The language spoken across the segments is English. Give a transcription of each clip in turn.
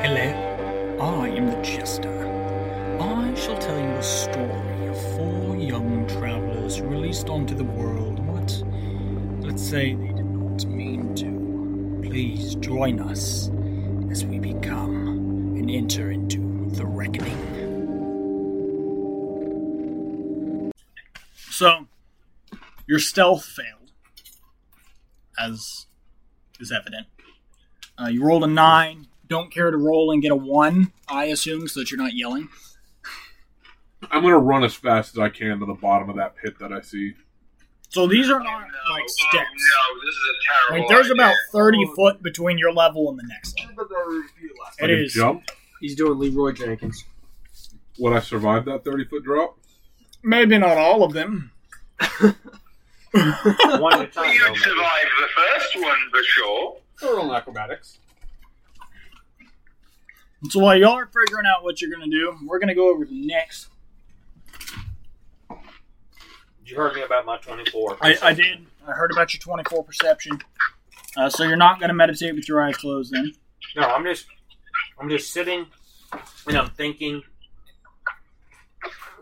Hello, I am the Jester. I shall tell you a story of four young travelers released onto the world, but let's say they did not mean to. Please join us as we become and enter into the reckoning. So, your stealth failed, as is evident. Uh, you rolled a nine. Don't care to roll and get a one, I assume, so that you're not yelling. I'm gonna run as fast as I can to the bottom of that pit that I see. So these are Oh, not no. like Oh, steps. no, this is a terrible Like there's idea. about thirty foot between your level and the next level. I It can is jump. He's doing Leroy Jenkins. Would I survive that thirty foot drop? maybe not all of them. One at a time. You'd though, maybe. survive the first one for sure. Total acrobatics. So while y'all are figuring out what you're gonna do, we're gonna go over to next. You heard me about my 24. I, I did. I heard about your twenty four perception. Uh, so you're not gonna meditate with your eyes closed then. No, I'm just, I'm just sitting and I'm thinking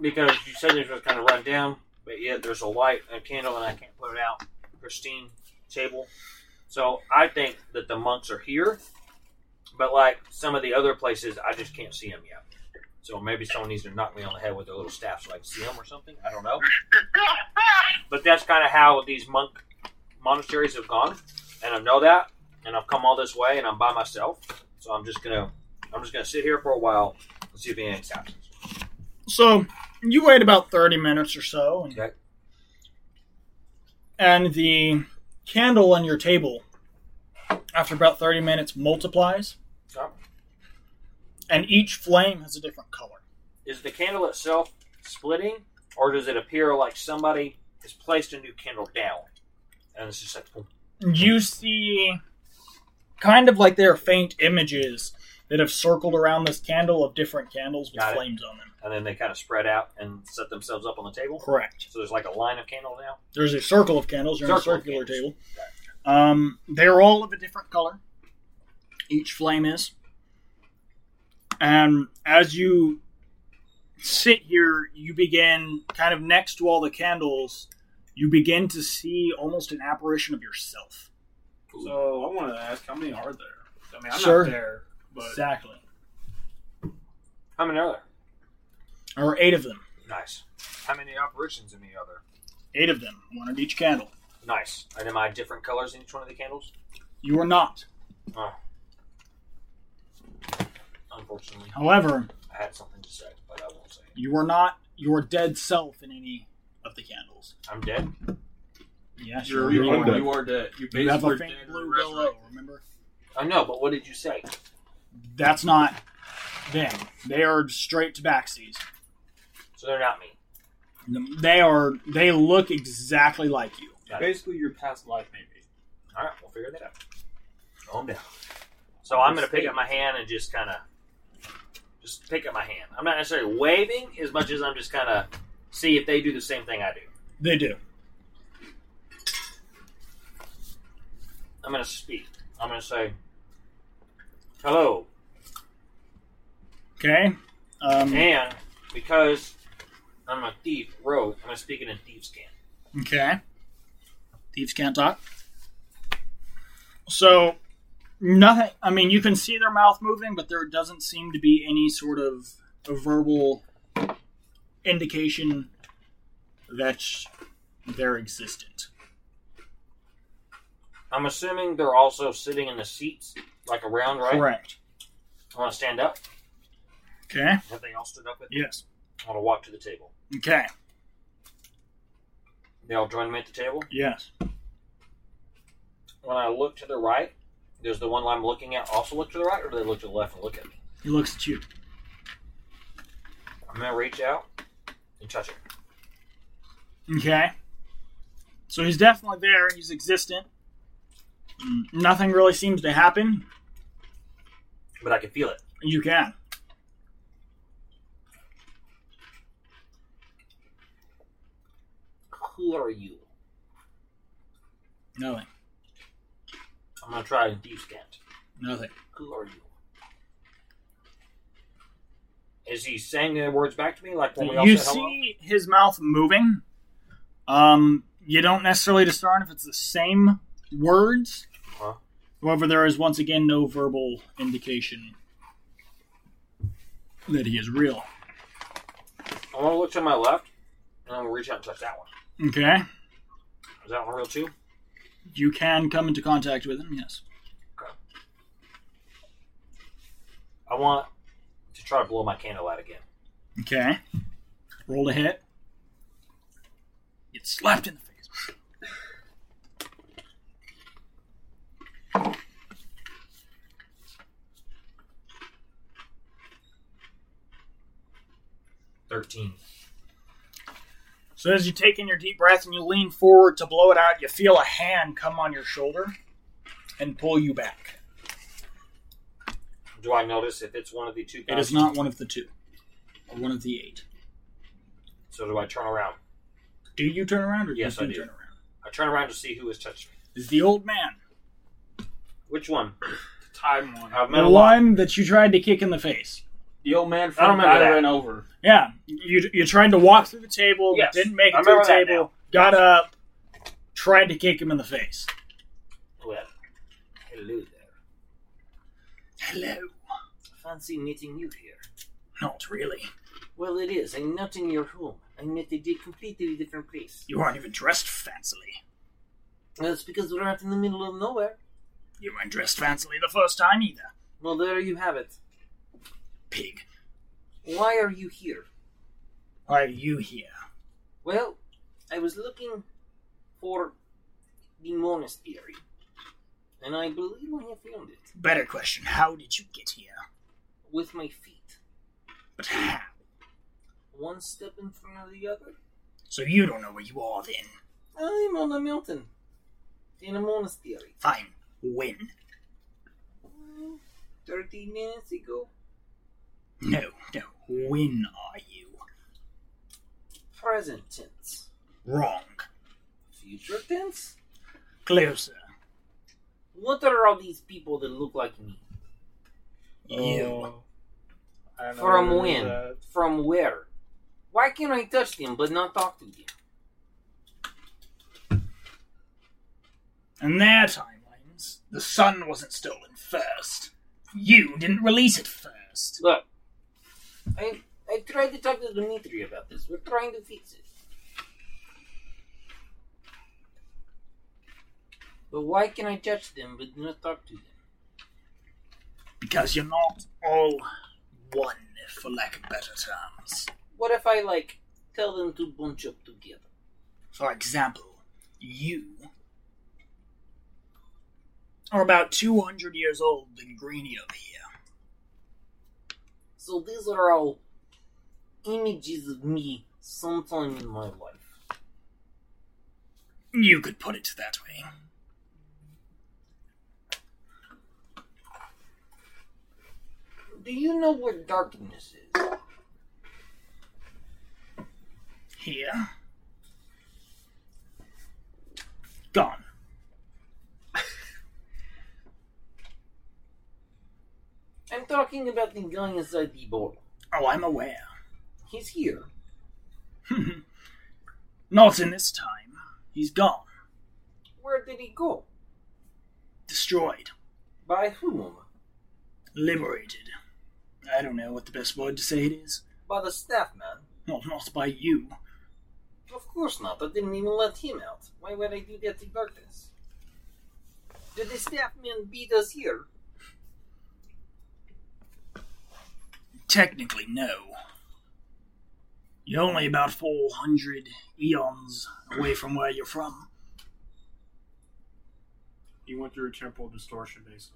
because you said this was kind of run down, but yet there's a light and a candle and I can't put it out. Pristine table. So I think that the monks are here, but like some of the other places, I just can't see them yet. So maybe someone needs to knock me on the head with their little staff so I can see them or something. I don't know. But that's kind of how these monk monasteries have gone, and I know that, and I've come all this way, and I'm by myself, so I'm just gonna, I'm just gonna sit here for a while and see if anything happens. So you wait about thirty minutes or so, and, Okay. and the candle on your table, after about thirty minutes, multiplies, So, and each flame has a different color. is the candle itself splitting, or does it appear like somebody has placed a new candle down, and it's just like, boom. You see, kind of like there are faint images that have circled around this candle of different candles with Got it. flames on them. and then they kind of spread out and set themselves up on the table. Correct. So there's like a line of candles now. There's a circle of candles. You're on a Circle of circular candles. table. Um, they're all of a different color. Each flame is. And as you sit here, you begin kind of next to all the candles. You begin to see almost an apparition of yourself. So I wanted to ask, how many are there? I mean, I'm Sure. not there, but Exactly. How many are there? There were eight of them. Nice. How many operations in the other? Eight of them, one on each candle. Nice. And am I different colors in each one of the candles? You are not. Oh. Unfortunately, However, I had something to say, but I won't say it. you are not your dead self in any of the candles. I'm dead. Yes, you're, You're you you undead. are, are. you are dead. You You have basically a dead faint and blue resurrected. glow, remember? I know, but what did you say? That's not them. They are straight tabaxis. So they're not me. They are. They look exactly like you. Basically, your past life, maybe. All right, we'll figure that out. Calm down. So I'm going to pick up my hand and just kind of, just pick up my hand. I'm not necessarily waving as much as I'm just kind of see if they do the same thing I do. They do. I'm going to speak. I'm going to say, "Hello," Okay. Um, and because I'm a thief, rogue, I'm going to speak it in thieves' can. okay. Thieves can't talk. So nothing. I mean, you can see their mouth moving, but there doesn't seem to be any sort of a verbal indication that they're existent. I'm assuming they're also sitting in the seats, like around, right? Correct. I want to stand up. Okay. Have they all stood up with me? Yes. I want to walk to the table. Okay. They all join me at the table. Yes. when I look to the right, does the one I'm looking at also look to the right, or do they look to the left and look at me? He looks at you. I'm gonna reach out and touch it. Okay. So he's definitely there. He's existent. Mm, Nothing really seems to happen. But I can feel it. You can. Who are you? Nothing. I'm gonna try and deep scan. Nothing. Who are you? Is he saying the words back to me? Like when we all You said hello? see his mouth moving. Um, you don't necessarily discern if it's the same words. Huh. However, there is once again no verbal indication that he is real. I want to look to my left, and I'm gonna reach out and touch that one. Okay, Is that one real too? you can come into contact with him. Yes. I want to try to blow my candle out again. Okay. Roll to hit. Get slapped in the face. Thirteen. So as you take in your deep breath and you lean forward to blow it out, you feel a hand come on your shoulder and pull you back. Do I notice if it's one of the two? It is guys? not one of the two, or one of the eight. So do I turn around? Do you turn around, or do Yes, you I do. turn around? I turn around to see who has touched me. Is the old man Which one? Time one. I've met the a lot. one that you tried to kick in the face? The old man I don't from remember I that. ran over. Yeah, you you tried to walk through the table, Yes, didn't make I it to the remember that table, got up, tried to kick him in the face. Well, hello there. Hello. Fancy meeting you here. Not really. Well, it is. I'm not in your home. I'm at a completely different place. You aren't even dressed fancily. That's because we're out in the middle of nowhere. You weren't dressed fancily the first time either. Well, there you have it. Pig. Why are you here? Why are you here? Well, I was looking for the monastery, and I believe I have found it Better question: How did you get here? with my feet, But how? one step in front of the other. So you don't know where you are then? I'm on a mountain in a monastery. Fine. When? Thirty minutes ago, No, no. When are you? present tense, Wrong. future tense. Closer. What are all these people that look like me? Oh. Oh. You. I don't know From where it is when? at. From where? Why can I touch them but not talk to them? In their timelines, the sun wasn't stolen first. You didn't release it first. Look, I I tried to talk to Dimitri about this. We're trying to fix it. But why can I touch them but not talk to them? Because you're not all one, for lack of better terms. What if I like tell them to bunch up together? For example, you are about 200 years old than Greeny over here. So these are all images of me sometime in my life. You could put it that way. Do you know what darkness is? Here. Gone. I'm talking about the guy inside the bottle. Oh, I'm aware. He's here. Not in this time. He's gone. Where did he go? Destroyed. By whom? Liberated. I don't know what the best word to say it is. By the staff man. Not not by you. Of course not. I didn't even let him out. Why would I do that to darkness? Did the staff man beat us here? Technically, no. You're only about 400 eons away from where you're from. You went through a temporal distortion, basically.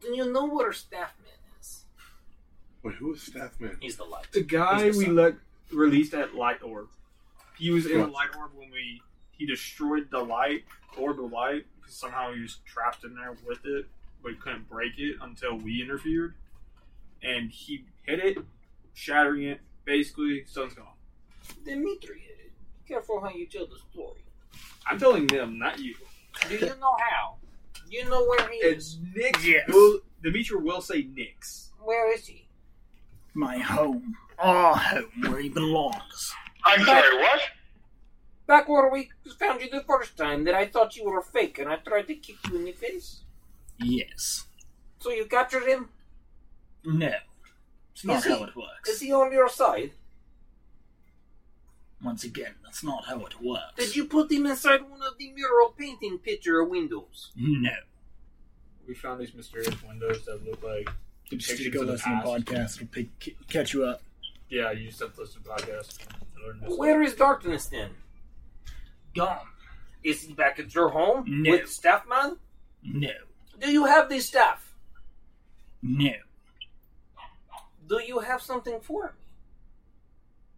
Do you know where staff man is? Wait, who is staff man? He's the light. The guy He's the we sun. let Released at light orb. He was in the Gotcha. light orb when we he destroyed the light orb of light because somehow he was trapped in there with it, but he couldn't break it until we interfered, and he hit it, shattering it. Basically, sun's gone. Dimitri. Be careful eh, how you tell the story. I'm telling them, not you. Do you know how? Do you know where he It's is? Nix. Yes. Will, Demetra will say Nix. Where is he? My home. Our home, where he belongs. I'm sorry, what? Back where we found you the first time, that I thought you were fake and I tried to kick you in the face. Yes. So you captured him? No. It's not Is he- how it Is works. he on your side? Once again, that's not how it works. Did you put him inside one of the mural painting picture windows? No. We found these mysterious windows that look like. Just Pictures go of the listen to past. podcasts. It'll pick, catch you up. Yeah, you just have to listen to podcasts. to learn this. Where is Darkness then? Gone. Is he back at your home No. with staff man? No. Do you have the staff? No. Do you have something for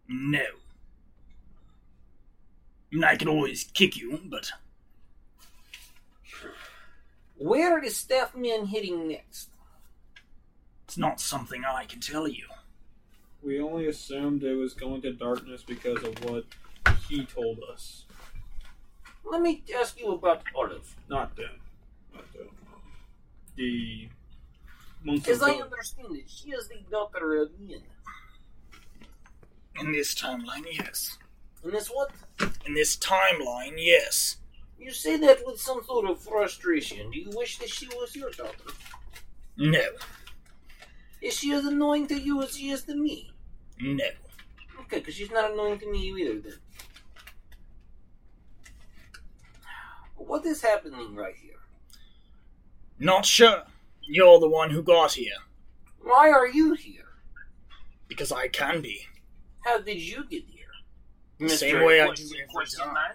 me? No. I mean, I can always kick you, but Where is staff man heading next? it's not something I can tell you. We only assumed it was going to darkness because of what he told us. Let me ask you about Olive. Not them. Not them. The monks As of I Dor- understand it, she is the daughter of Ian. In this timeline, yes. And that's what? In this timeline, yes. You say that with some sort of frustration. Do you wish that she was your daughter? No. Is she as annoying to you as she is to me? No. Okay, because she's not annoying to me either then. What is happening right here? Not sure. You're the one who got here. Why are you here? Because I can be. How did you get here? The same Mr. way I do Question- every Question time. Man?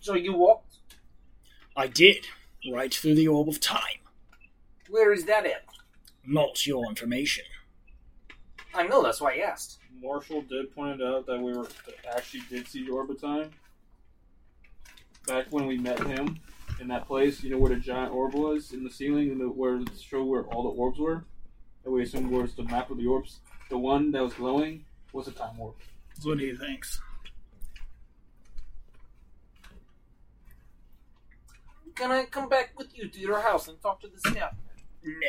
So you walked? I did. Right through the orb of time. Where is that at? Not your information. I know, that's why I asked. Marshall did point out that we were that actually did see the orbit time back when we met him in that place. You know where the giant orb was in the ceiling, and the, where it showed where all the orbs were. And we assumed was the map of the orbs. The one that was glowing was a time orb. That's what he thinks. Can I come back with you to your house and talk to the staff? man? No.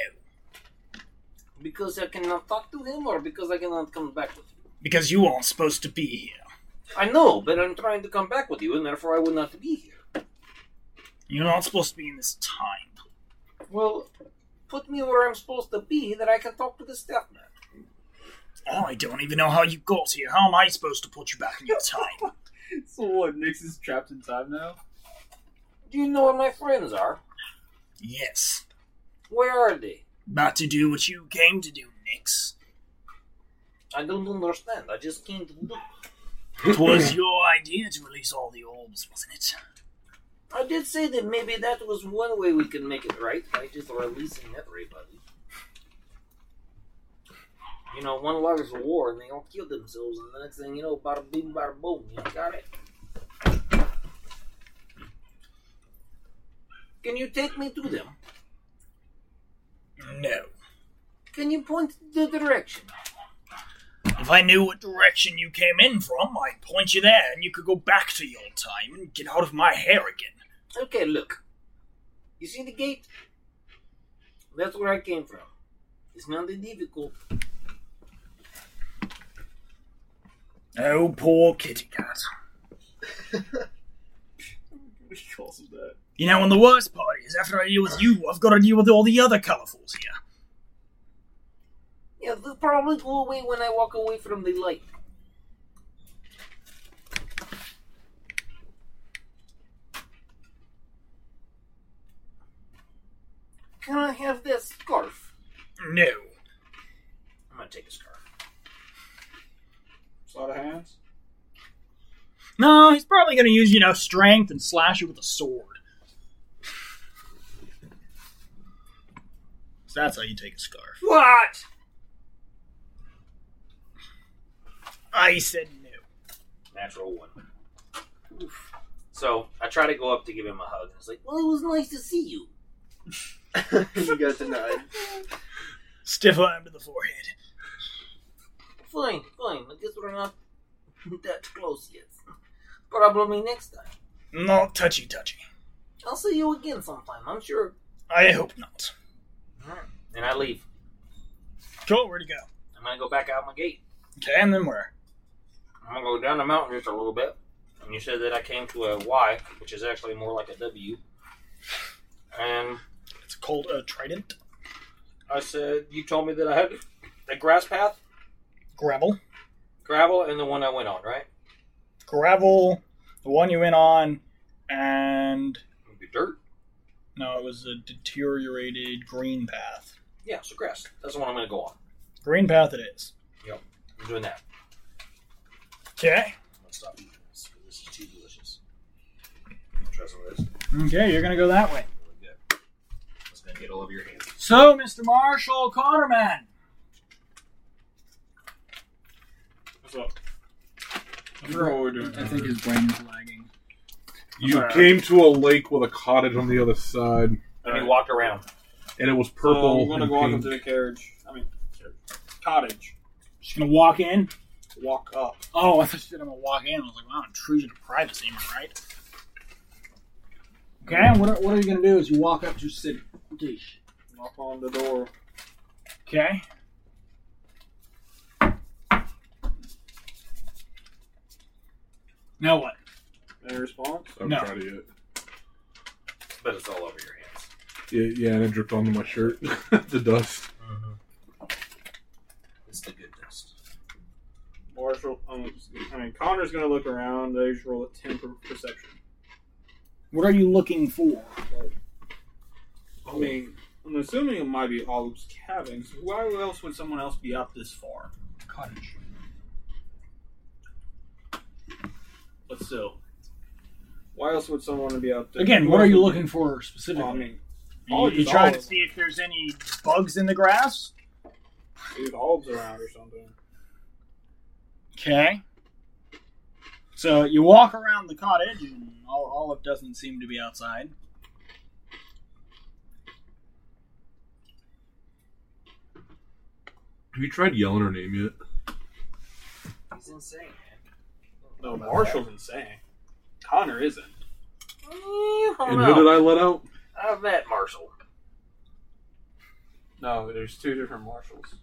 Because I cannot talk to him or because I cannot come back with you? Because you aren't supposed to be here. I know, but I'm trying to come back with you and therefore I would not be here. You're not supposed to be in this time. Well, put me where I'm supposed to be that I can talk to the staff man. I don't even know how you got here. How am I supposed to put you back in your time? So what? Nix is trapped in time now. Do you know where my friends are? yes. Where are they? About to do what you came to do, Nix. I don't understand. I just came to look. It was your idea to release all the orbs, wasn't it? I did say that maybe that was one way we could make it right by just releasing everybody. You know, one life's a war, and they all kill themselves, and the next thing you know, bada boom, bada boom, you got it. Can you take me to them? No. Can you point the direction? If I knew what direction you came in from, I'd point you there and you could go back to your time and get out of my hair again. Okay, look. You see the gate? That's where I came from. It's not that difficult. Oh, poor kitty cat. He calls him that. You know, and the worst part is, after I deal with you, I've got to deal with all the other colourfuls here. Yeah, they'll probably go away when I walk away from the light. Can I have that scarf? No. I'm gonna take a scarf. Sleight of hands. No, he's probably going to use, you know, strength and slash it with a sword. So that's how you take a scarf. What? I said no. Natural one. So I try to go up to give him a hug. It's like, Well, it was nice to see you. you got denied. Stiff arm to the forehead. Fine, fine. I guess we're not that close yet. Probably next time. Not touchy touchy. I'll see you again sometime, I'm sure. I hope not. And I leave. Cool, where'd he go? I'm gonna go back out my gate. Okay, and then where? I'm gonna go down the mountain just a little bit. And you said that I came to a Y, which is actually more like a W. And It's called a uh, trident. I said you told me that I had the grass path, Gravel. gravel, and the one I went on, right? Gravel, the one you went on, and It'd be dirt. no, it was a deteriorated green path. Yeah, so grass. That's the one I'm gonna go on. Green path it is. I'm doing that. Okay. I'm gonna stop eating this 'cause this is too delicious. Try some of this. Okay, you're gonna go that way. Really good. It's gonna get all over your hands. So, Mr. Marshall Connerman. What's up? I think his brain is lagging. You Alright. came to a lake with a cottage on the other side, And we walked around. and it was So purple. I'm gonna and go walk up pink. to the carriage. I mean, carriage. cottage. She's gonna walk in. Walk up. Oh, I thought she said I'm gonna walk in. I was like, wow, intrusion of privacy, am I right? Okay, what are, what are you gonna do as you walk up to city? Knock on the door. Okay. Now what? Any response? I'm No. trying to get- But it's all over your hands. yeah, yeah, and it dripped onto my shirt. the dust. It's the good dust. Marshall. Um, I mean, Connor's gonna look around. They just roll a ten for perception. What are you looking for? I mean, I'm assuming it might be Olive's cabin. So why else would someone else be up this far? Cottage. But still, why else would someone be out there? Again, Who what are else you would- looking for specifically? Well, I mean, Are you, you Olive's trying to Olive. see if there's any bugs in the grass? see if Olive's around or something. Okay. So you walk around the cottage, and Ol- Olive doesn't seem to be outside. Have you tried yelling her name yet? He's insane, man. No, Marshall's insane. Connor isn't. I don't And know. who did I let out? I've met Marshall. No, there's two different marshals.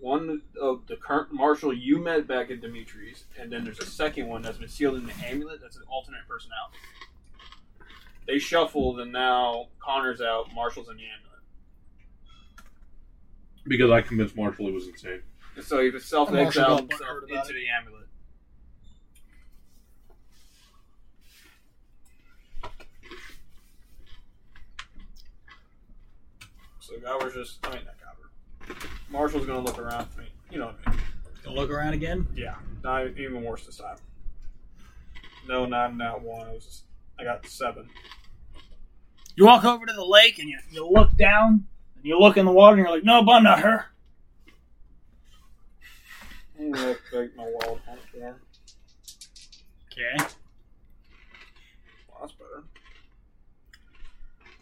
One of the current marshal you met back at Dimitri's, and then there's a second one that's been sealed in the amulet that's an alternate personality. They shuffled, and now Connor's out, Marshall's in the amulet. Because I convinced Marshall he was insane. And so he was self Marshall got butthurt exiled himself about into the amulet. So Gobber's just, I mean, not Gobber. Marshall's gonna look around. I mean, you know what I mean. Look around again. Yeah, not even worse this time. No, not in that one. It was just, I got seven. You walk over to the lake, and you, you look down, and you look in the water, and you're like, "No, but not her." I'm gonna activate my wild hunt form. Okay. Well, that's better.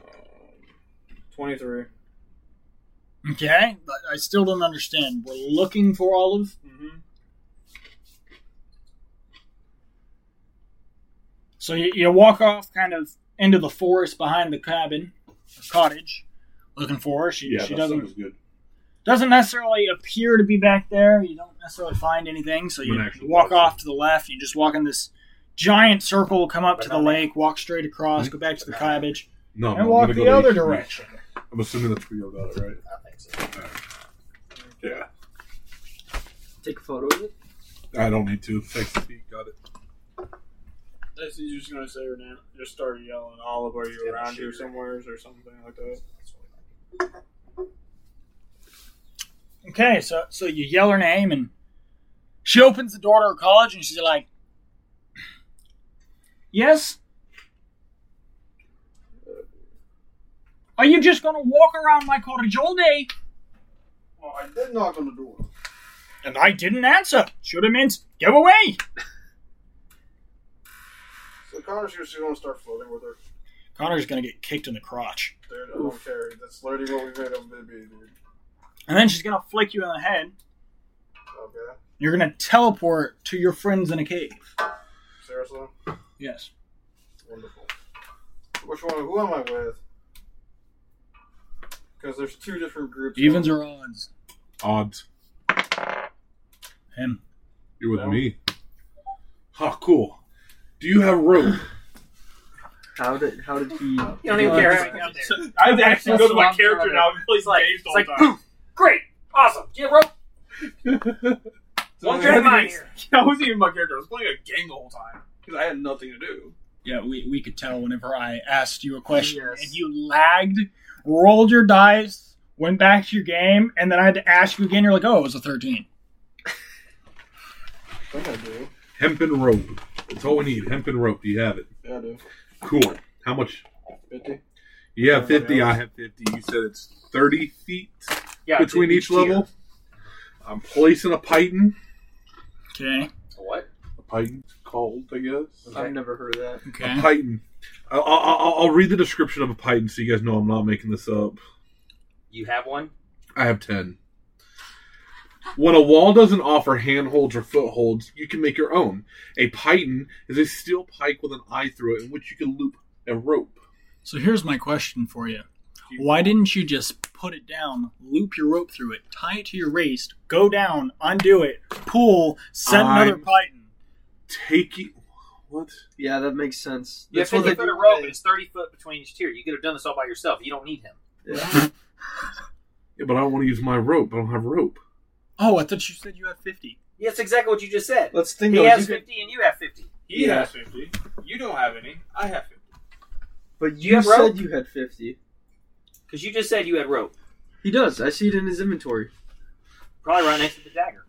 Um, Twenty-three. Okay, but I still don't understand. We're looking for Olive. Mm-hmm. So you, you walk off kind of into the forest behind the cabin, or cottage, looking for her. She, Yeah, she that doesn't sounds good. doesn't necessarily appear to be back there. You don't necessarily find anything, so I'm an you actual walk person. off to the left. You just walk in this giant circle, come up to the Banana. lake, walk straight across, go back to the cabbage, No, and no, walk I'm gonna the go to other H- direction. I'm assuming that's where you got it, right? I think so. Yeah. Take a photo of it. I don't need to. Thanks, Pete. Got it. This is just gonna say her name. Just start yelling, Olive, are you Yeah, around sure. here somewhere or something like that? Okay, so so you yell her name, and she opens the door to her college, and she's like, "Yes." Are you just gonna walk around my cottage all day? Well, I did knock on the door. And I didn't answer. Should have meant go away. So Connor's just gonna start flirting with her. Connor's gonna get kicked in the crotch. Dude, I don't care. That's literally what we made him be, dude. And then she's gonna flick you in the head. Okay. You're gonna teleport to your friends in a cave. Seriously? Yes. Wonderful. Which one? Who am I with? Because there's two different groups. Evens or odds? Odds. Him. You're with No. me. Ha, cool. Do you have rope? How did how did he? You don't even Yeah. care how it got there. I've actually go to my That's what I'm character trying now. I've been playing It's like- games the it's whole like, time. Great, awesome. Get rope. One drag mine here. I wasn't even my character. I was playing a game the whole time because I had nothing to do. Yeah, we, we could tell whenever I asked you a question Yes. and you lagged, rolled your dice, went back to your game, and then I had to ask you again. You're like, oh, it was a 13. I think I do. Hemp and rope. That's all we need. Hemp and rope. Do you have it? Yeah, I do. Cool. How much? 50. You have Uh, 50. yeah. I have 50. You said it's 30 feet Yeah, between each level. I'm placing a python. Okay. What? A python's called, I guess. I've never heard of that. Okay. Python. I'll, I'll, I'll read the description of a python so you guys know I'm not making this up. You have one? I have 10. When a wall doesn't offer handholds or footholds, you can make your own. A python is a steel pike with an eye through it in which you can loop a rope. So here's my question for you Why didn't you just put it down, loop your rope through it, tie it to your waist, go down, undo it, pull, set another I'm- python? Taking. What? Yeah, that makes sense. You have That's 50 what they foot of do rope, today. and it's 30 foot between each tier. You could have done this all by yourself. You don't need him. Yeah. Yeah, but I don't want to use my rope. I don't have rope. Oh, I thought you said you had 50. Yeah, that's exactly what you just said. Let's think. He though, has you could- 50 and you have 50. He Yeah. has fifty. You don't have any. I have fifty. but you you, have rope? said you had fifty. Because you just said you had rope. He does. I see it in his inventory. Probably right next to the dagger.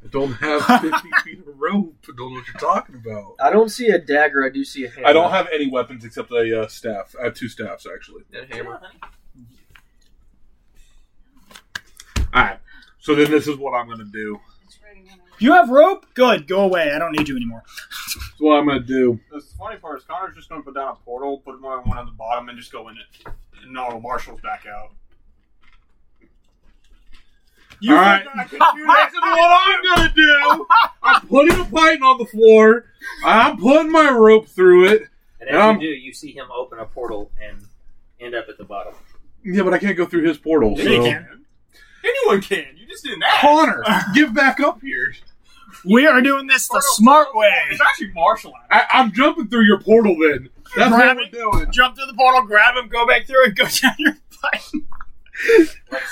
I don't have 50 feet of rope. I don't know what you're talking about. I don't see a dagger. I do see a hammer. I don't have any weapons except a uh, staff. I have two staffs, actually. a Come hammer. on, honey. All right. So then this is what I'm going to do. You have rope? Good, go away. I don't need you anymore. This is what I'm going to do. The funny part is Connor's just going to put down a portal, put one one on the bottom, and just go in it. And all Marshall's back out. All right. That's what I'm gonna do. I'm putting a python on the floor. I'm putting my rope through it. And as Um, you do, you see him open a portal and end up at the bottom. Yeah, but I can't go through his portal. Yeah, you So. can. Anyone can. You just didn't ask. Connor, give back up here. We are doing this the smart way. It's actually Marshall. I, I'm jumping through your portal. Then that's what Grab we're it. doing. Jump through the portal, grab him, go back through, and go down your python.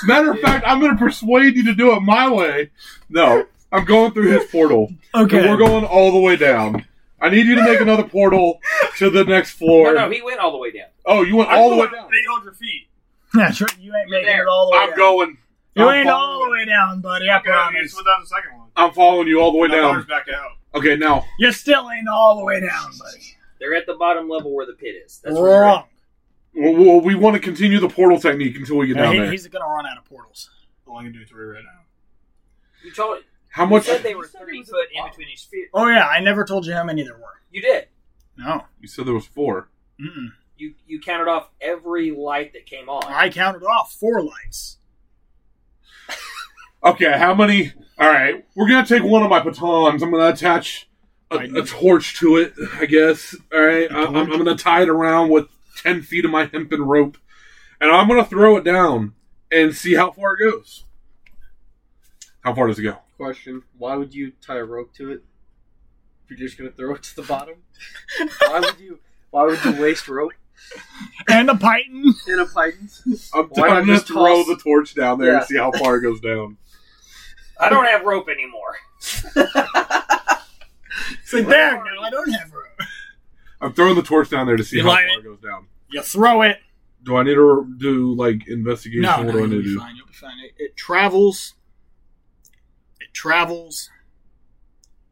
Matter of fact, I'm gonna persuade you to do it my way. No, I'm going through his portal. Okay. And we're going all the way down. I need you to make another portal to the next floor. No, no, he went all the way down. oh, you went all the way down. 800 feet. That's right. You ain't making it all the way I'm down. going. You I'm ain't following all the way down, buddy. I Okay, promise. so that's the second one. I'm following you all the way Now Connor's down. back out. Okay, now You still ain't all the way down, buddy. They're at the bottom level where the pit is. That's where you're at. Wrong. Well, well, we want to continue the portal technique until we get Now, down he- there. he's gonna run out of portals. Well, I can do three right now. You told How you much? said they were 30 foot in between each sphere. Oh yeah, I never told you how many there were. You did. No. You said there was four. Mm-mm. You you counted off every light that came on. I counted off four lights. Okay, how many? All right, we're gonna take one of my batons. I'm gonna attach a, a torch to it. I guess. All right, I, I'm, I'm gonna tie it around with ten feet of my hempen rope, and I'm gonna throw it down and see how far it goes. How far does it go? Question: Why would you tie a rope to it? If you're just gonna throw it to the bottom, why would you? Why would you waste rope And a python. in a python? I'm, Why not I'm gonna just throw toss- the torch down there Yeah. and see how far it goes down. I don't have rope anymore. It's like there. No, I don't have rope. I'm throwing the torch down there to see You how light far it goes down. You throw it. Do I need to do like investigation? No, what no, do I you'll need to be do? fine. You'll be fine. It, it travels. It travels.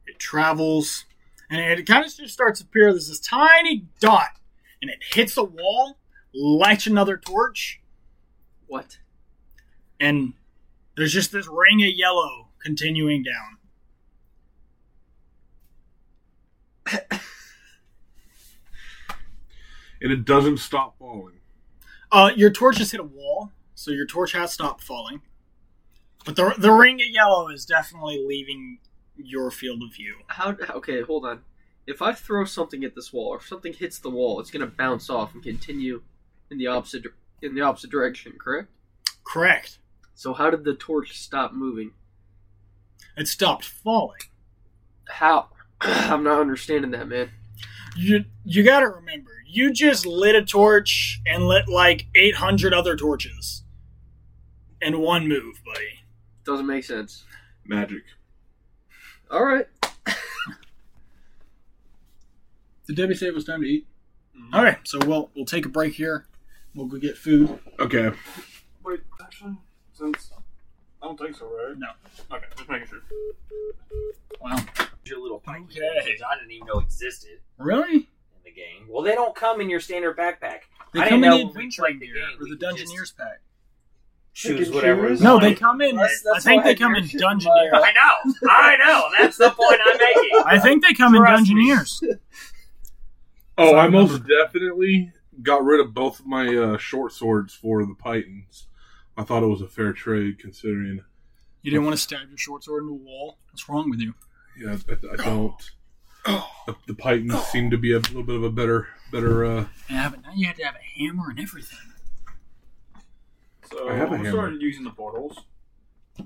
It travels, and it kind of just starts to appear. There's this tiny dot, and it hits a wall, lights another torch, What? and there's just this ring of yellow continuing down. And it doesn't stop falling. Uh, your torch has hit a wall, so your torch has stopped falling, but the the ring of yellow is definitely leaving your field of view. How? Okay, hold on. if I throw something at this wall or if something hits the wall, it's going to bounce off and continue in the opposite in the opposite direction, correct? Correct. So how did the torch stop moving? It stopped falling. How? I'm not understanding that, man. You you got to remember, you just lit a torch and lit like 800 other torches in one move, buddy. Doesn't make sense. Magic. All right. Did Debbie say it was time to eat? All right, so we'll we'll take a break here. We'll go get food. Okay. Wait, actually, since I don't think so, right? No. Okay, just making sure. Wow. Your little pikey Okay. torches I didn't even know existed Really? in the game. Well, they don't come in your standard backpack. They I come didn't in know the when we adventure played the gear game, or we the could Dungeoneers pack. Choose Freaking whatever. choose? is No, on they it. come in. That's- I that's think why they come I in shit Dungeoneers. I know. I know. That's the point I'm making. I think they come in Trust me. Dungeoneers. Oh, So I remember- most definitely got rid of both of my uh, short swords for the pythons. I thought it was a fair trade, considering. You didn't want to stab your short sword into a wall. What's wrong with you? Yeah, I, I don't. The, the pythons seem to be a little bit of a better, better. Uh, Yeah, but now you had to have a hammer and everything. So I have a we hammer. started using the portals.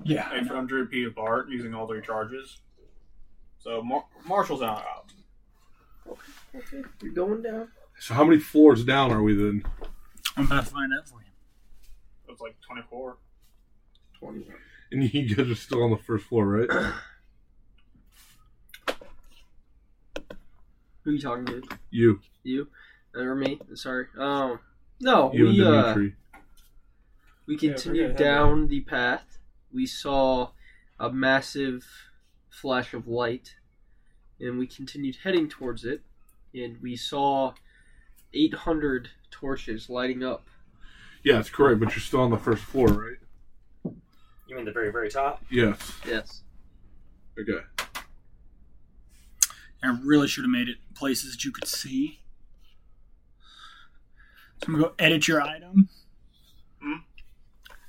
Yeah. Eight hundred feet apart, using all three charges. So Mar- Marshall's out. out. Okay, you're going down. so, how many floors down are we then? I'm about to find out for you. It was like twenty four. Twenty-one. And you guys are still on the first floor, right? Who are you talking to? You, You Uh, or me? Sorry. Um. No, you we and uh, Dimitri. we Yeah, we're continued gonna have down the path. We saw a massive flash of light, and we continued heading towards it, and we saw 800 torches lighting up. Yeah, that's correct. But you're still on the first floor, right? You mean the very, very top? Yes. Yes. Okay. I really should have made it places that you could see. So I'm gonna go edit your item. Hmm?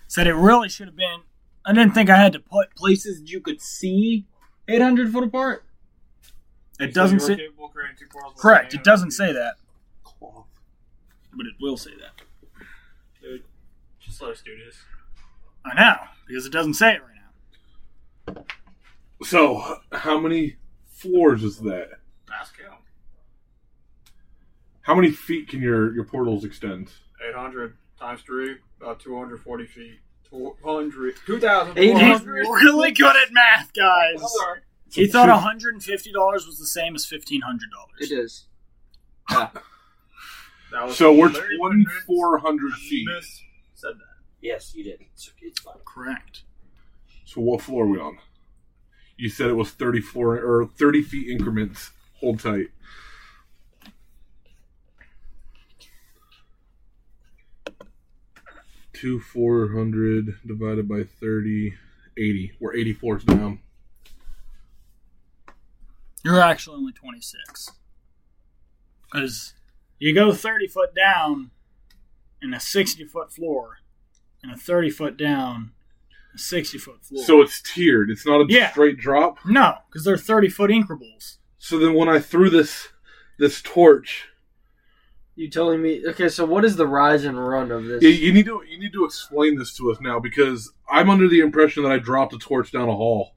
Said it really should have been. I didn't think I had to put places you could see 800 foot apart. It doesn't say correct. It doesn't say that, but it will say that. Dude, just let us do this. I know because it doesn't say it right now. So, how many floors is that? Ask him. How many feet can your your portals extend? 800 times 3, about 240 feet. 200, 2,000. Eight He's hundred. really good at math, guys. He thought $150 was the same as $1,500. It is. That was So we're Larry twenty Fitness. four hundred feet. Miss Said that. Yes, you did. It's, it's fine. Correct. So what floor are we on? You said it was thirty four or thirty feet increments. Hold tight. Two four hundred divided by 30, 80. We're eighty floors down. You're actually only 26. Because you go 30 foot down and a 60 foot floor, and a 30 foot down, a 60 foot floor. So it's tiered. It's not a Yeah. straight drop. no, because they're 30 foot increments. So then when I threw this this torch, You telling me? Okay, so what is the rise and run of this? you, you need to you need to explain this to us now because I'm under the impression that I dropped a torch down a hall.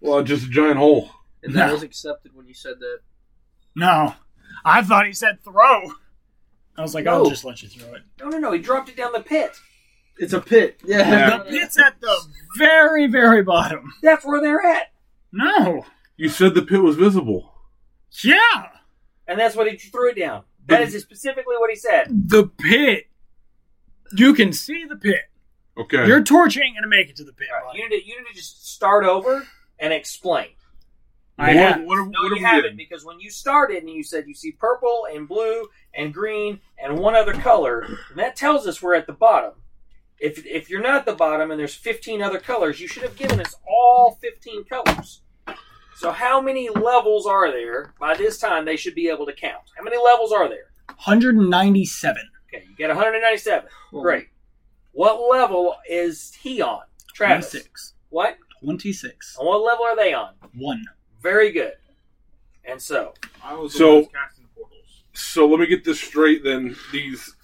Well, just a giant hole. and that No. was accepted when you said that. No. I thought he said throw. I was like, I'll No. just let you throw it. No, no, no. He dropped it down the pit. It's a pit. Yeah. The pit's at the very, very bottom. That's where they're at. No. You said the pit was visible. Yeah. And that's what he threw it down. That is specifically what he said. The pit. You can see the pit. Okay. Your torch ain't going to make it to the pit. All right, buddy. you, need to, you need to just start over and explain. I what, have. what are, No, what are we you haven't, getting? because when you started and you said you see purple and blue and green and one other color, and that tells us we're at the bottom. If, if you're not at the bottom and there's 15 other colors, you should have given us all 15 colors. So how many levels are there? By this time, they should be able to count. How many levels are there? 197. Okay, you get 197. Well, Great. What level is he on? Travis. 26. What? 26. And what level are they on? One. Very good. And so, I was So- the one that's casting the portals. So let me get this straight. Then these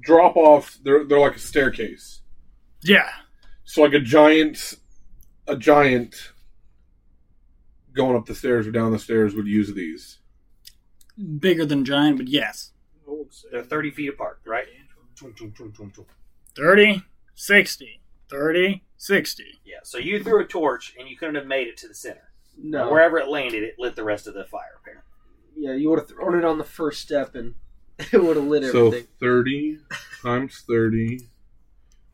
drop offs they're they're like a staircase. Yeah. So like a giant, a giant going up the stairs or down the stairs would use these. Bigger than giant, but yes. they're 30 feet apart, right? 30, 60, 30, 60. Yeah, so you threw a torch and you couldn't have made it to the center. No. Wherever it landed, it lit the rest of the fire, apparently. Um, Yeah, you would have thrown it on the first step and it would have lit So everything. thirty times thirty,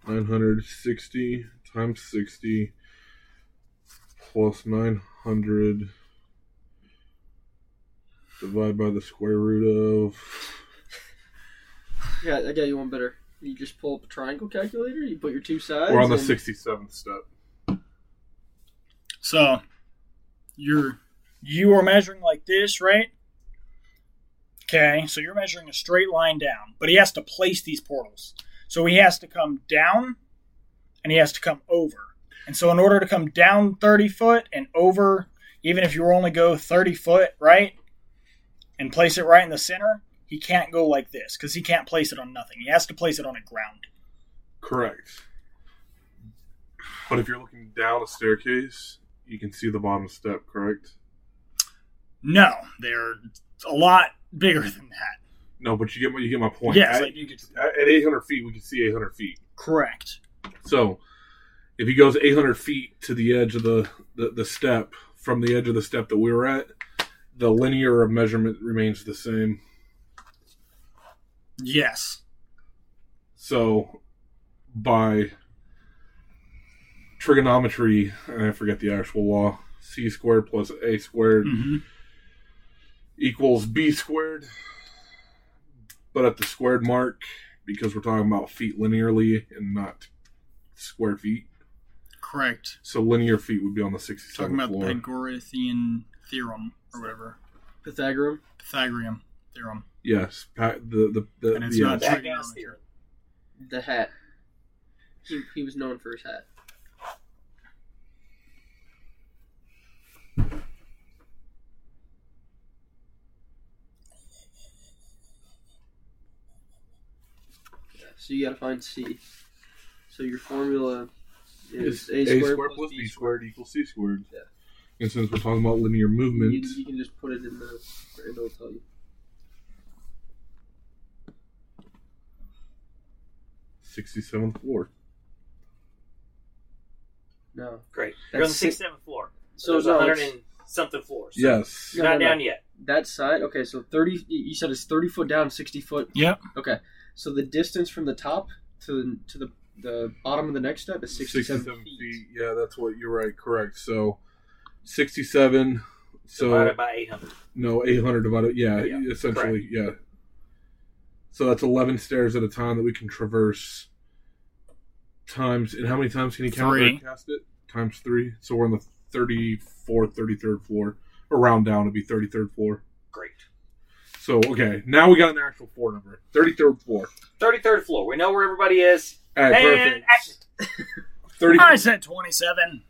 nine hundred sixty times sixty, plus nine hundred. Divide by the square root of Yeah, I got you one better. You just pull up a triangle calculator, you put your two sides. We're on the and- 67th step. So you're you are measuring like this, right? Okay, so you're measuring a straight line down, but he has to place these portals. So he has to come down and he has to come over. And so in order to come down 30 foot and over, even if you only go 30 foot, right? And place it right in the center, he can't go like this because he can't place it on nothing. He has to place it on a ground. Correct. But if you're looking down a staircase, you can see the bottom step, correct? No, they're a lot bigger than that. No, but you get my, you get my point. Yes, at, I do get to at- at 800 feet, we can see 800 feet. Correct. So if he goes 800 feet to the edge of the, the, the step, from the edge of the step that we were at, the linear of measurement remains the same. Yes. So by trigonometry, and I forget the actual law, c squared plus a squared equals b squared. But at the squared mark, because we're talking about feet linearly and not square feet, Correct. so linear feet would be on the 67th Talking about floor. the Pythagorean theorem or whatever. Pythagorean. Pythagorean theorem. yes, pa- the the, the And it's yes. not That trigonometry. gas theory. The hat. He, he was known for his hat. Yeah, so you gotta find C. So your formula is It's A squared, plus, B squared. equals c squared. Yeah. And since we're talking about linear You, movement, you can just put it in the. It'll tell you. sixty seventh floor. No. Great. You're on the That's six- 67th floor. So So there's no, 100 it's- and something floors. Yes. You're not No, no, no. down yet. That side, okay, so 30, you said it's 30 foot down, 60 foot. Yep. Okay, so the distance from the top to the, to the, the bottom of the next step is 67, feet. Yeah, that's what you're right. Correct. So, sixty-seven. So divided by 800. no, eight hundred divided. Yeah, Yeah, essentially. Yeah. So that's eleven stairs at a time that we can traverse. Times and how many times can you count Three. or cast it? Times three. So we're on the 34th, 33rd floor. Around down would be 33rd floor. Great. So okay, now we got an actual floor number. 33rd floor. 33rd floor. We know where everybody is. All right, and perfect. action. 30, I said 27.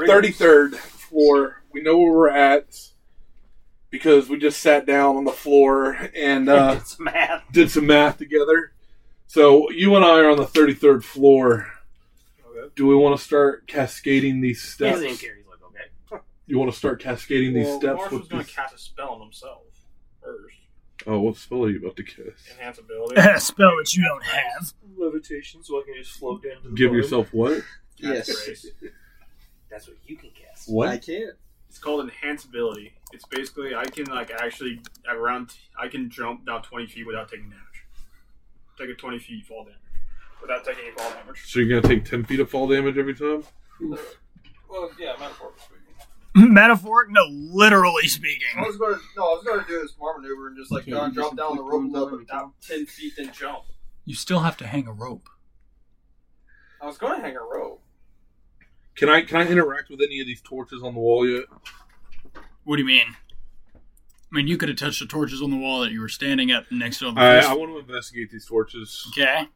33rd floor. We know where we're at because we just sat down on the floor and uh, It's math. did some math together. So you and I are on the 33rd floor. Do we want to start cascading these steps? Isn't Carrie's like, okay. You want to start cascading these well, steps Marshall's with going to these... cast a spell on himself first. Oh, what spell are you about to cast? Enhance ability. Spell that you don't have. Levitation so I can just float down to the Give bottom. yourself what? Yes. Catchphrase. That's what you can cast. I What? can't. It's called enhance ability. It's basically I can like actually at around I can jump down twenty feet without taking damage. Take a twenty feet fall damage without taking any fall damage. So you're going to take 10 feet of fall damage every time? Well, yeah, metaphor speaking. Metaphoric? No, literally I speaking. was gonna no, I was gonna do this smart maneuver and just like Okay, John you drop just down the click rope on a little the bit, down ten feet, then jump. You still have to hang a rope. I was gonna hang a rope. Can I can I interact with any of these torches on the wall yet? What do you mean? I mean, you could have touched the torches on the wall that you were standing at next to. on the I, first- I want to investigate these torches. Okay.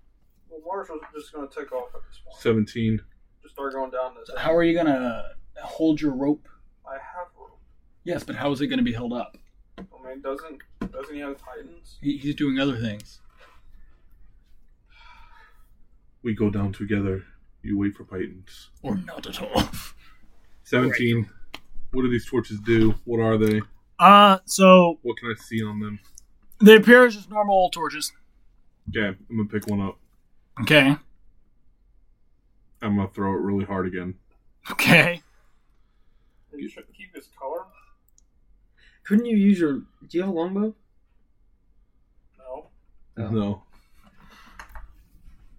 Well, Marshall's just gonna take off at this point. 17. Just start going down this. How are you gonna hold your rope? I have rope. Yes, but how is it going to be held up? I mean, doesn't doesn't he have titans? He, he's doing other things. We go down together. You wait for Pythons. Or not at all. 17. What do these torches do? What are they? Uh, so What can I see on them? they appear as just normal torches. Okay, I'm going to pick one up. Okay. I'm going to throw it really hard again. Okay. Did he tr- keep his color? Couldn't you use your? Do you have a longbow? No. Oh. No.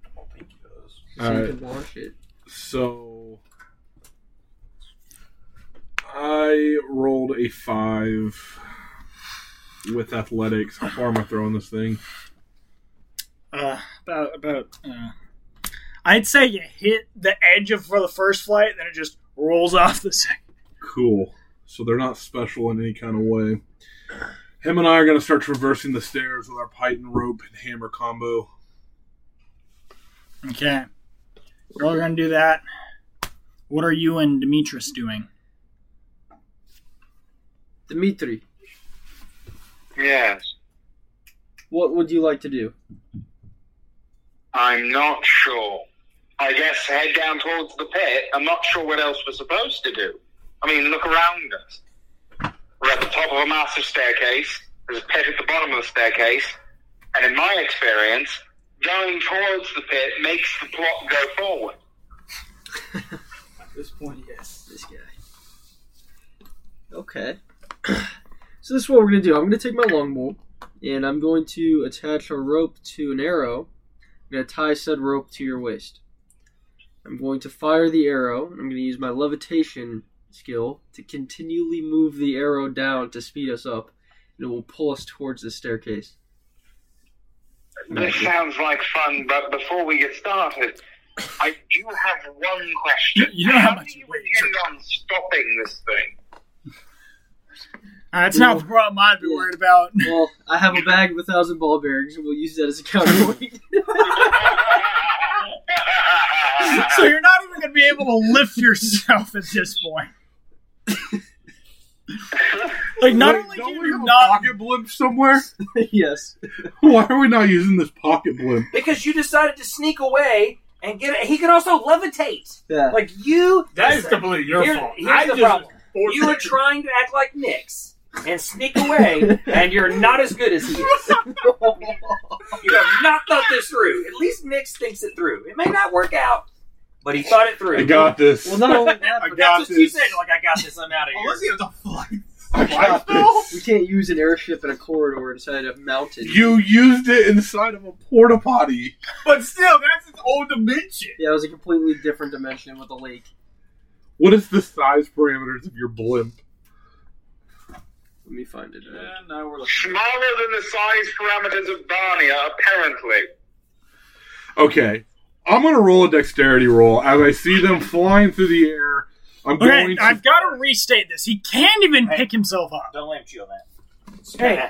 I don't think he does. So you Alright. can wash it. So I rolled a five with athletics. How far am I throwing this thing? Uh, about about. Uh, I'd say you hit the edge of for the first flight, then it just rolls off the second. Cool. So they're not special in any kind of way. Him and I are going to start traversing the stairs with our python rope and hammer combo. Okay. We're all gonna do that. What are you and Demetrius doing? Dimitri, Yes. what would you like to do? I'm not sure. I guess head down towards the pit. I'm not sure what else we're supposed to do. I mean, look around us. We're at the top of a massive staircase. There's a pit at the bottom of the staircase. And in my experience, going towards the pit makes the plot go forward. At this point, yes. This guy. Okay. so this is what we're gonna do. I'm gonna take my longbow and I'm going to attach a rope to an arrow. I'm gonna tie said rope to your waist. I'm going to fire the arrow. and I'm gonna use my levitation skill to continually move the arrow down to speed us up, and it will pull us towards the staircase. This sounds like fun, but before we get started, I do have one question. You- you know how much do you it weighs. intend on stopping this thing? Uh, that's not the problem I'd be worried about. Well, I have a bag with a thousand ball bearings, and we'll use that as a counterpoint. so you're not even gonna be able to lift yourself at this point. like not Wait, only don't can we have you a not pocket blimp somewhere? yes. Why are we not using this pocket blimp? Because you decided to sneak away and get it. He can also levitate. Yeah. Like you. That is listen, completely your here- fault. here's I the just problem. forced You were it. trying to act like Nix and sneak away, and you're not as good as he is. You have not thought this through. At least Nix thinks it through. It may not work out, but he thought it through. I got this. Well, not only that, I Oh, That's but got what you this. said. You're Like I got this. I'm Oh, out of here. he have to fly? I got this. we can't use an airship in a corridor inside a mountain. You used it inside of a porta potty. But still, that's its own dimension. Yeah, it was a completely different dimension with a lake. What is the size parameters of your blimp? Let me find it. Uh, Yeah, now we're looking. Smaller than the size parameters of Barnia, apparently. Okay. I'm gonna roll a dexterity roll as I see them flying through the air. I'm Okay, going to I've got to restate this. He can't even pick himself up. Don't lamp you on that. Hey. He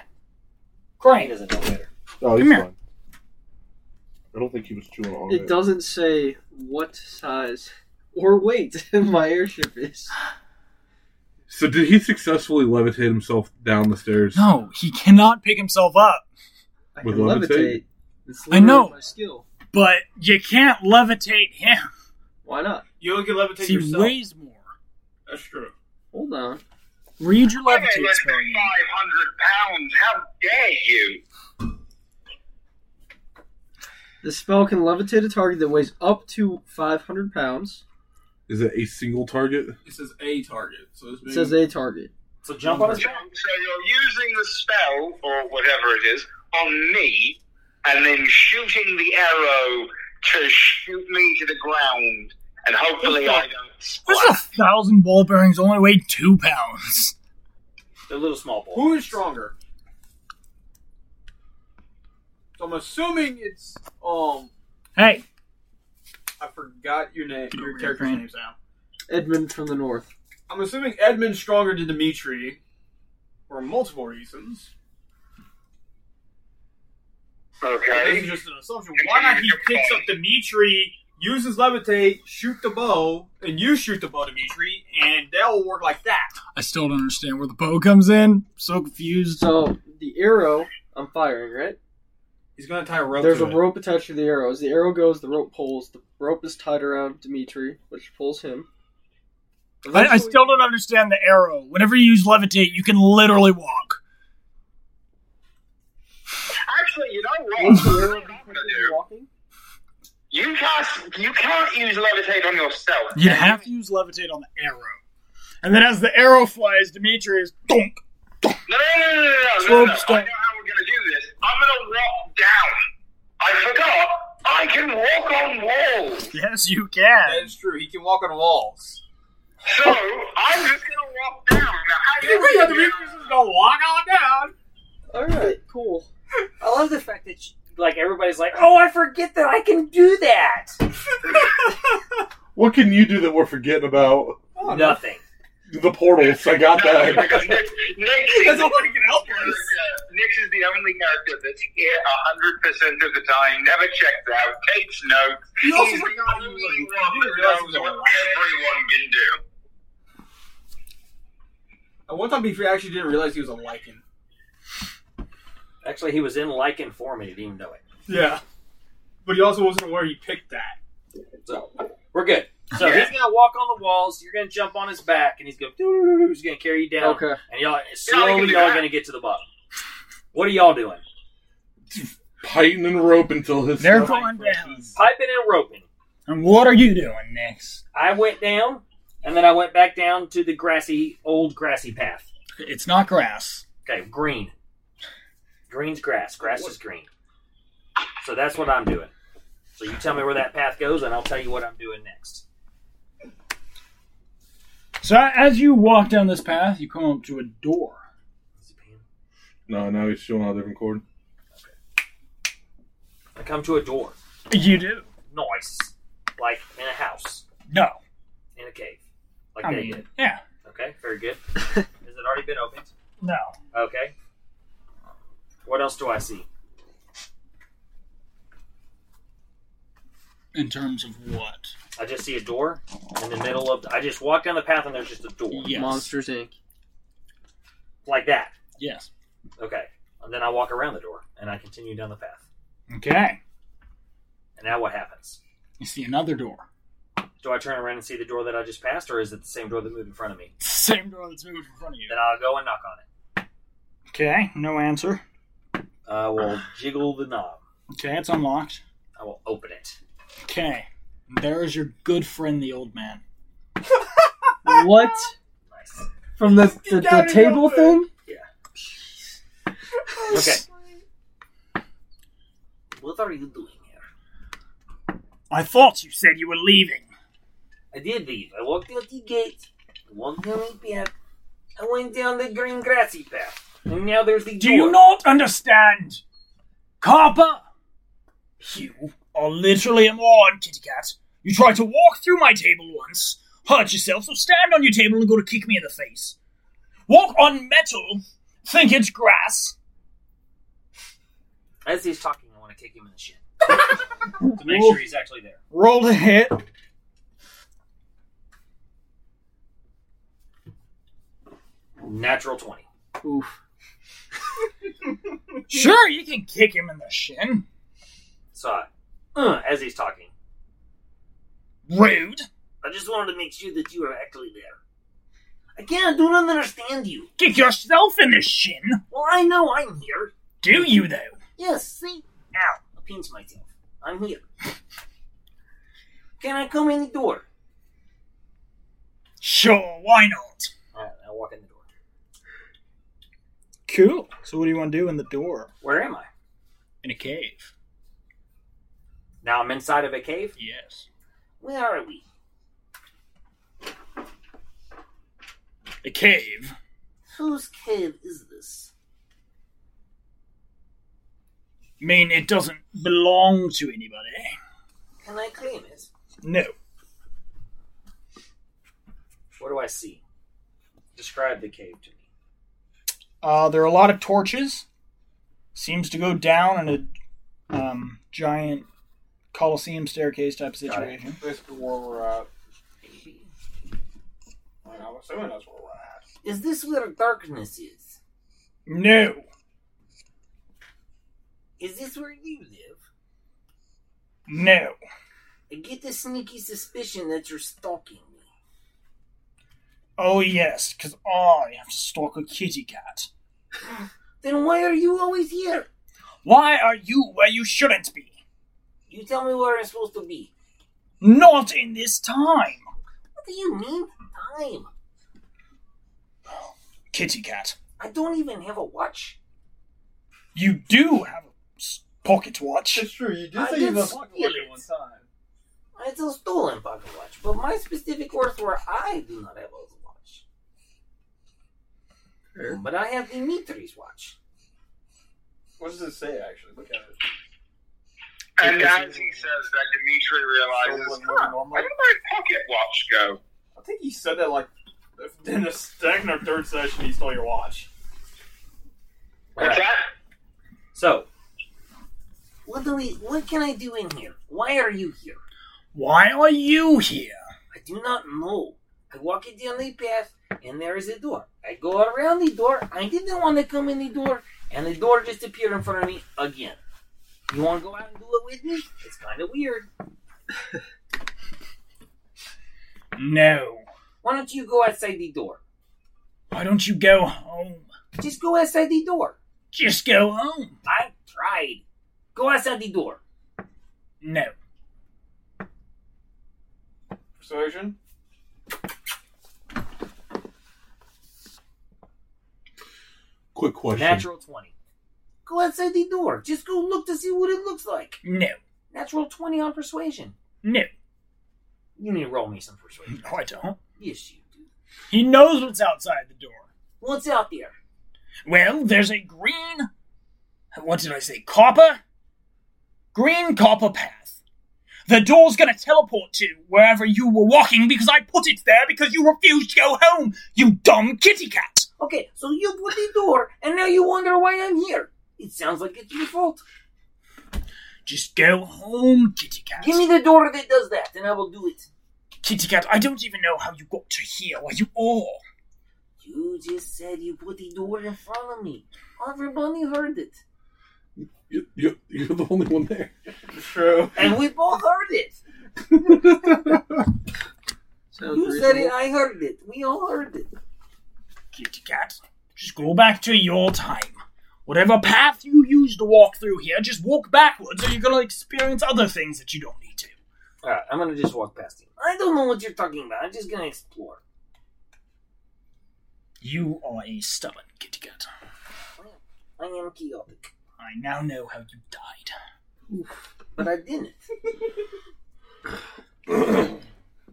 Great. doesn't know better. Oh, he's Come here. fine. I don't think he was chewing on it doesn't say what size or weight my airship is. So did he successfully levitate himself down the stairs? No, he cannot pick himself up. I With can levitate. levitate? It's I know. literally My skill. But you can't levitate him. Why not? You only can levitate He yourself. weighs more. That's true. Hold on. Read your Women levitate less spell. than again. 500 pounds, how dare you? The spell can levitate a target that weighs up to 500 pounds. Is it a single target? It says a target, so this It says a target. So jump on his So back. you're using the spell, or whatever it is, on me, and then shooting the arrow to shoot me to the ground, and hopefully I don't This is a splat. thousand ball bearings only weigh two pounds. They're little small balls. Who is stronger? So I'm assuming it's um. Hey, I forgot your name, Get your over character's here, Crane. names now. Edmund from the north. I'm assuming Edmund's stronger than Dimitri for multiple reasons. This is Okay. just an assumption. Why not he picks up Dimitri uses levitate, shoot the bow, and you shoot the bow, Dimitri, and they'll work like that. I still don't understand where the bow comes in. So confused. So the arrow I'm firing, right? He's gonna tie a rope. There's to a it. rope attached to the arrow. As the arrow goes, the rope pulls. The rope is tied around Dimitri, which pulls him. I, I still don't understand the arrow. Whenever you use levitate, you can literally walk. Actually, you know Once the what? arrow becomes walking, you can't you can't use levitate on yourself. You have to use levitate on the arrow. And then as the arrow flies, Dimitri is donk. No, no, no, no, no, no, no, no. I know how we're Slope gonna stone. do this. I'm gonna walk down. I forgot. I can walk on walls. Yes, you can. That is true. He can walk on walls. So I'm just gonna walk down. Now, how do you gonna walk on down. all right, cool. I love the fact that, like, everybody's like, oh, I forget that I can do that. What can you do that we're forgetting about? Oh, Nothing. The portals. I got No, that. because Nick, Nick is That's all the he can help character- us. Nick is the only character that's here hundred percent of the time. Never checks out. Takes notes. He also He's the forgot he only was a- one that he didn't realize he knows was a what liar. everyone can do. At one time, he actually didn't realize he was a lichen. Actually, he was in Lycan form and he didn't even know it. Yeah, but he also wasn't aware he picked that. So we're good. So he's gonna walk on the walls. You're gonna jump on his back, and he's gonna doo-doo-doo-doo, he's gonna carry you down. Okay. And y'all Yeah, we can slowly do y'all are that. gonna get to the bottom. What are y'all doing? Tightening rope until his. They're stuff going down. compresses. Piping and roping. And what are you doing next? I went down, and then I went back down to the grassy, old grassy path. It's not grass. Okay, green. Green's grass. Grass is green. So that's what I'm doing. So you tell me where that path goes, and I'll tell you what I'm doing next. So as you walk down this path, you come up to a door. No, now he's showing on a different cord. I come to a door. You do? Noise. Like in a house. No. In a cave. Like I they mean, did. yeah. Okay, very good. Has it already been opened? No. Okay. What else do I see? In terms of what? I just see a door in the middle of. I just walk down the path and there's just a door Yes. Monsters Inc. like that. Yes. Okay, and then I walk around the door and I continue down the path. Okay. And now what happens? You see another door. Do I turn around and see the door that I just passed, or is it the same door that moved in front of me? Same door that's moving in front of you. Then I'll go and knock on it. Okay, no answer. I will jiggle the knob. Okay, it's unlocked. I will open it. Okay. There is your good friend, the old man. What Nice. from the the, the table thing? Okay. What are you doing here? I thought you said you were leaving. I did leave. I walked out the gate, walked down the path, I went down the green grassy path, and now there's the Do door. you not understand? Copper! You are literally a moron, kitty cat. You tried to walk through my table once, hurt yourself, so stand on your table and go to kick me in the face. Walk on metal, think it's grass. As he's talking, I want to kick him in the shin to make sure he's actually there. Roll to hit. Natural twenty. Oof. Sure, you can kick him in the shin. So, I, uh, as he's talking, Rude. I just wanted to make sure that you are actually there. Again, I don't understand you. Kick yourself in the shin. Well, I know I'm here. Do you, though? Yes, see? Ow, I pinched myself. I'm here. Can I come in the door? Sure, why not? Alright, Uh, I walk in the door. Cool. So, what do you want to do in the door? Where am I? In a cave. Now I'm inside of a cave? Yes. Where are we? A cave? Whose cave is this? I mean, it doesn't belong to anybody. Can I claim it? No. What do I see? Describe the cave to me. Uh, there are a lot of torches. Seems to go down in a um, giant Coliseum staircase type of situation. Basically, where we're at. Like, I'm assuming that's where we're at. Is this where darkness is? No. Is this where you live? No. I get the sneaky suspicion that you're stalking me. Oh, yes, because I have to stalk a kitty cat. Then why are you always here? Why are you where you shouldn't be? You tell me where I'm supposed to be. Not in this time, What do you mean, time? kitty cat. I don't even have a watch. You do have a s- pocket watch. It's true. You did I say did you left steal pocket watch it. at one time. I still stolen pocket watch, but my specific words were I do not have a watch. Fair. But I have Dimitri's watch. What does it say? Actually, look at it. And as he says that, Dimitri realizes, huh, where did my pocket watch go? I think he said that like in the second or third session. He stole your watch. What's Alright, that? So, What do we? What can I do in here? Why are you here? Why are you here? I do not know. I walk it down the path, and there is a door. I go around the door. I didn't want to come in the door, and the door just appeared in front of me again. You want to go out and do it with me? It's kind of weird. No. Why don't you go outside the door? Why don't you go home? Just go outside the door. Just go home. I tried. Go outside the door. No. Persuasion. Quick question. natural 20. Go outside the door. Just go look to see what it looks like. No. Natural 20 on persuasion. No. You need to roll me some persuasion. No, I don't. Yes, you do. He knows what's outside the door. What's out there? Well, there's a green. What did I say? Copper? Green copper path. The door's gonna teleport to wherever you were walking because I put it there because you refused to go home, you dumb kitty cat! Okay, so you put the door, and now you wonder why I'm here. It sounds like it's your fault. Just go home, kitty cat. Give me the door that does that, and I will do it. kitty cat, I don't even know how you got to here where you are. You just said you put the door in front of me. Everybody heard it. You, you, you're the only one there. True. And we both heard it. Sounds You said it, reasonable. I heard it. We all heard it. Kitty cat, just go back to your time. Whatever path you used to walk through here, just walk backwards or you're gonna experience other things that you don't need to. Alright, I'm going to just walk past him. I don't know what you're talking about. I'm just gonna explore. You are a stubborn kitty cat. I am chaotic. I now know how you died. But I didn't.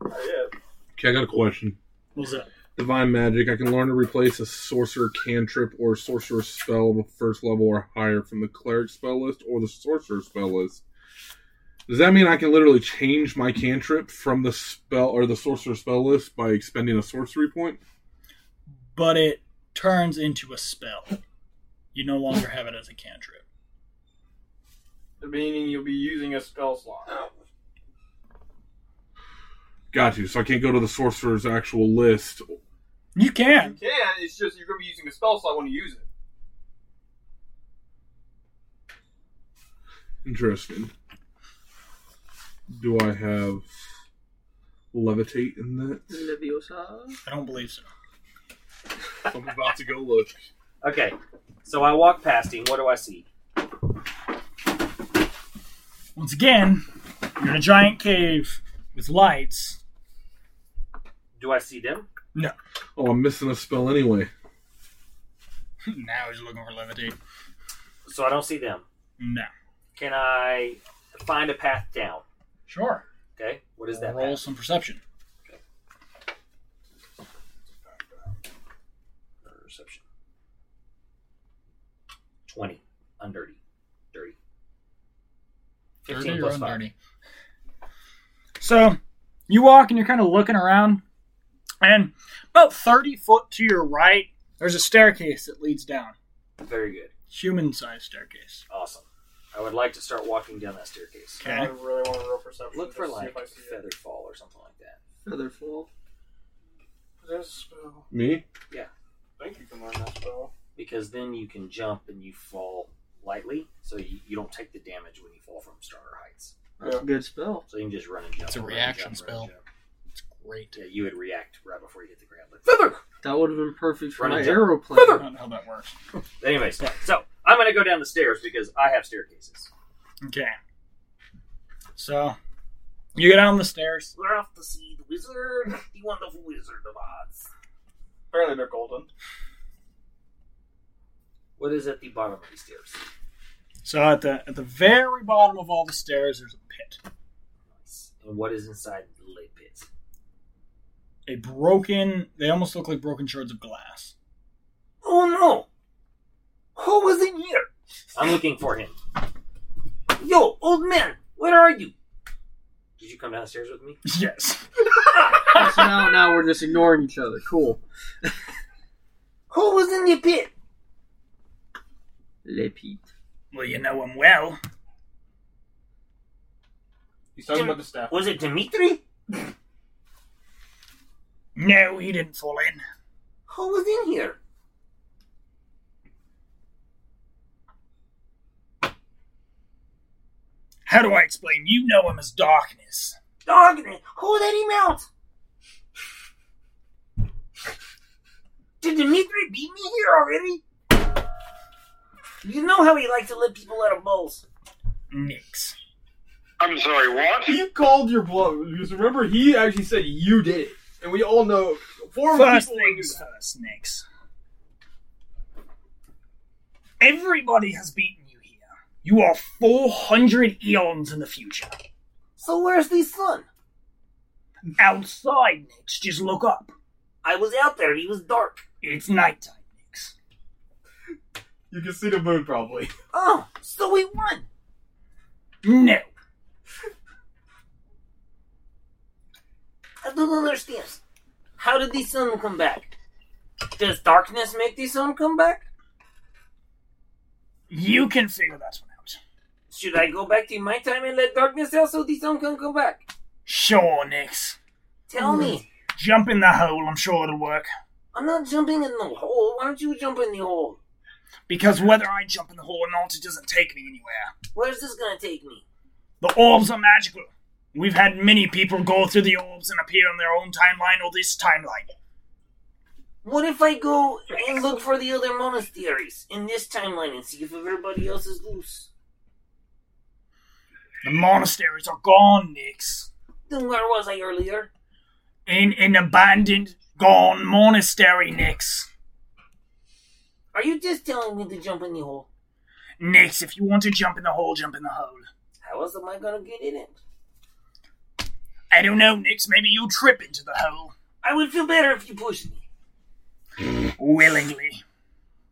Okay, I got a question. What's that? Divine magic. I can learn to replace a sorcerer cantrip or sorcerer spell with first level or higher from the cleric spell list or the sorcerer spell list. Does that mean I can literally change my cantrip from the spell or the sorcerer spell list by expending a sorcery point? But it turns into a spell. You no longer have it as a cantrip. Meaning you'll be using a spell slot. Got you. So I can't go to the sorcerer's actual list. You You can. can. It's just you're going to be using a spell slot when you use it. Interesting. Do I have levitate in that? Leviosa. I don't believe so. I'm about to go look. Okay, so I walk past him. What do I see? Once again, you're in a giant cave with lights. Do I see them? Oh, I'm missing a spell anyway. now he's looking for levitate. So I don't see them. No. Can I find a path down? Sure. Okay, what is that? Roll path? some perception. Perception. 20. Undirty. Dirty. 15 Dirty or plus 5. undirty? So you walk and you're kind of looking around, and about 30 foot to your right, there's a staircase that leads down. Very good. Human sized staircase. Awesome. I would like to start walking down that staircase. I really want to roll perception. Look just for to see like if I see it. feather fall or something like that. Featherfall. There's a spell. Me? I think you can learn that spell. because then you can jump and you fall lightly, so you, you don't take the damage when you fall from starter heights. That's a good spell. So you can just run and jump. It's a run and reaction jump, run and spell. jump. It's great. Yeah, you would react right before you hit the ground. Like, feather. That would have been perfect for Run my and jump. aeroplane. Feather! Not how that works. Anyways, no. so I'm gonna go down the stairs because I have staircases. Okay. So, you get down the stairs. We're off to see the wizard, the wonderful wizard of Oz. Apparently they're golden. What is at the bottom of the stairs? So at the at the very bottom of all the stairs, there's a pit, Nice. And what is inside the lid pit? a broken. They almost look like broken shards of glass. Oh no! Who was in here? I'm looking for him. Yo, old man, where are you? Did you come down the stairs with me? Yes. so now, now we're just ignoring each other. Cool. Who was in the pit? Le Pete. Well, you know him well. He's talking about the Uh, staff. Was it Dimitri? No, he didn't fall in. Who was in here? How do I explain? You know him as darkness. Dog, who let him out? Did Dimitri beat me here already? You know how he likes to let people out of bowls. Nix. I'm sorry, Oh what? You called your bluff because remember he actually said you did it, and we all know four First people would do things that. first, Nix. Everybody has beaten you here. You are 400 eons in the future. So where's the sun? Outside, Nix, just look up. I was out there. He was dark. It's nighttime, Nix. You can see the moon probably. Oh, so we won. No. I don't understand. How did the sun come back? Does darkness make the sun come back? You can figure that one out. Should I go back to my time and let darkness out so the sun can come back? Sure, Nix. Tell me. Jump in the hole, I'm sure it'll work. I'm not jumping in the hole. Why don't you jump in the hole? Because whether I jump in the hole or not, it doesn't take me anywhere. Where's this gonna take me? The orbs are magical. We've had many people go through the orbs and appear in their own timeline or this timeline. What if I go and look for the other monasteries in this timeline and see if everybody else is loose? The monasteries are gone, Nix. Then where was I earlier? In an abandoned, gone monastery, Nix. Are you just telling me to jump in the hole? Nix, if you want to jump in the hole, jump in the hole. How else am I gonna get in it? I don't know, Nix. Maybe you'll trip into the hole. I would feel better if you pushed me. Willingly.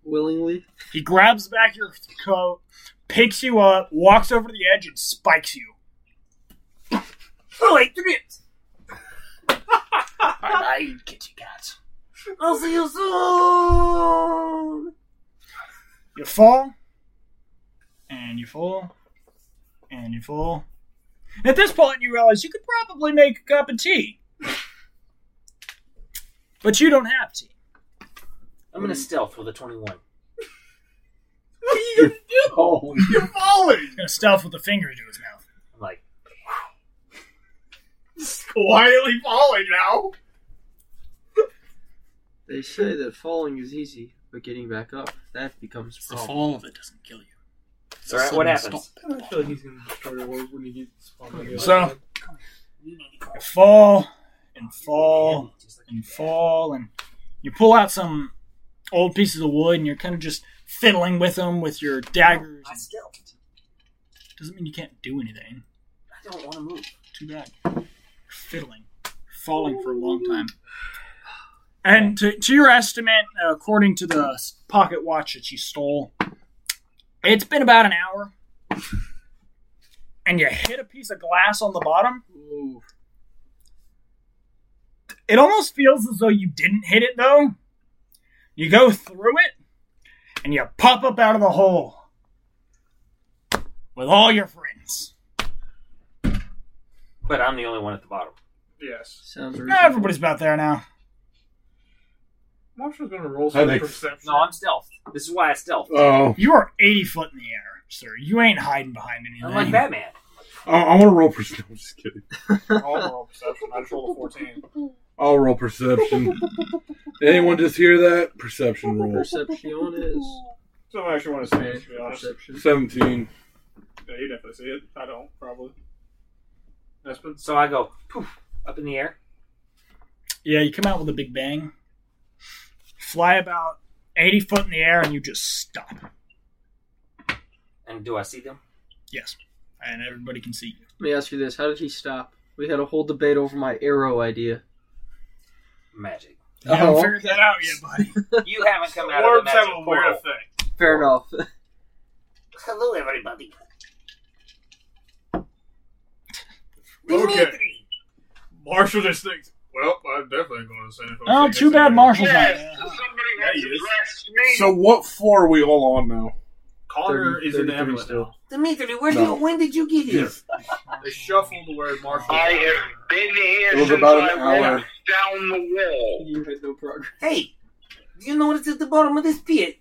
Willingly. He grabs back your coat, picks you up, walks over to the edge, and spikes you. Oh, I tripped. Bye, kitty cat. I'll see you soon. You fall, and you fall, and you fall. At this point, you realize you could probably make a cup of tea, but you don't have tea. I'm gonna stealth with a 21. What are you gonna do? You're falling He's gonna stealth with a finger into his mouth. I'm like, quietly falling now. They say that falling is easy, but getting back up that becomes a It's the problem. fall that doesn't kill you. It's all right, what sudden happens? stop. I feel like he's gonna destroy the world when he gets falling. So- You fall and fall and fall, and you pull out some old pieces of wood, and you're kind of just fiddling with them with your daggers. I stealthed. Doesn't mean you can't do anything. I don't want to move. Too bad. You're fiddling, You're falling for a long time. And to, to your estimate, uh, according to the s- pocket watch that you stole, it's been about an hour. And you hit a piece of glass on the bottom. Ooh. It almost feels as though you didn't hit it, though. You go through it, and you pop up out of the hole. with all your friends. But I'm the only one at the bottom. Yes. Sounds Yeah, reasonable. everybody's about there now. Marshall's gonna roll That some makes- perception. No, I'm stealth. This is why I stealth. Oh, You are 80 foot in the air, sir. You ain't hiding behind anything. I'm like Batman. I, I want to roll perception. I'm just kidding. I'll roll perception. I just rolled a fourteen. I'll roll perception. Did anyone just hear that? Perception roll. Perception is So I actually want to see it, to be honest. perception. 17. Yeah, you'd have to see it. I don't probably. Espen, So I go poof up in the air. Yeah, you come out with a big bang, fly about 80 foot in the air, and you just stop. And do I see them? Yes. And everybody can see you. Let me ask you this: How did he stop? We had a whole debate over my arrow idea. Magic. You haven't Oh. figured that out yet, buddy. You haven't come out of orbs the have magic a weird portal. effect. Fair enough. Hello, everybody. Okay. Dimitri. Marshall just thinks. Well, I'm definitely going to say it. Oh, too bad Marshall's not Yes, there. somebody Yeah, has he is. addressed me. So what floor are we all on now? Connor is in the 33 heaven still. still. Dimitri, where No. you, when did you get here? They shuffled where Marshall. I have been here It was since about I an hour. walked down the wall. You made no progress. Hey, do you know what's at the bottom of this pit?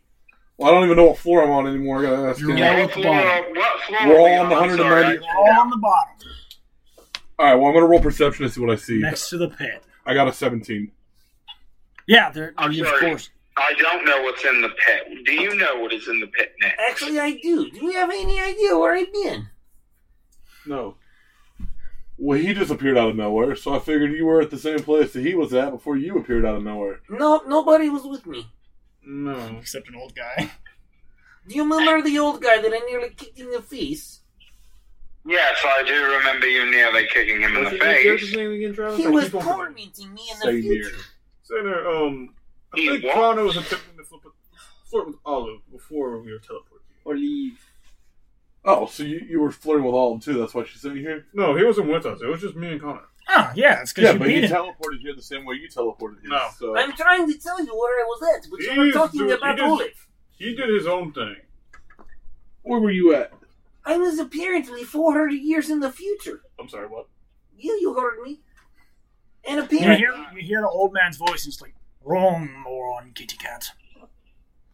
Well, I don't even know what floor I'm on anymore. I gotta ask him. Yeah, right. What at the floor, bottom. what floor We're are all we on the I'm 190. sorry. All on the bottom, All right. Well, I'm gonna roll perception to see what I see. next to the pit. I got a 17. Yeah, there. I'm of sorry. course. I don't know what's in the pit. Do you know what is in the pit next? Actually, I do. Do you have any idea where I've been? No. Well, he just appeared out of nowhere, so I figured you were at the same place that he was at before you appeared out of nowhere. No, nobody was with me. No. Except an old guy. Do you remember the old guy that I nearly kicked in the face? Yes, I do remember you nearly kicking him in What's the his character's face. name again, Travis? He I was keep on forgetting. tormenting me in the Same future. here. So, no, um, I He think what? Toronto was attempting to flip a, flirt with Olive before we were teleported. Or leave. Oh, so you, you were flirting with all of them too? That's why she's sitting here. No, he wasn't with us. It was just me and Connor. Oh, yeah, it's because yeah, you but he beat him. teleported here the same way you teleported him. No. So. I'm trying to tell you where I was at, but you were He's talking doing- about he does- Olive. He did his own thing. Where were you at? I was apparently 400 years in the future. I'm sorry, what? You, you heard me. And You apparently, hear, you hear the old man's voice, and it's like, wrong, moron, kitty cat.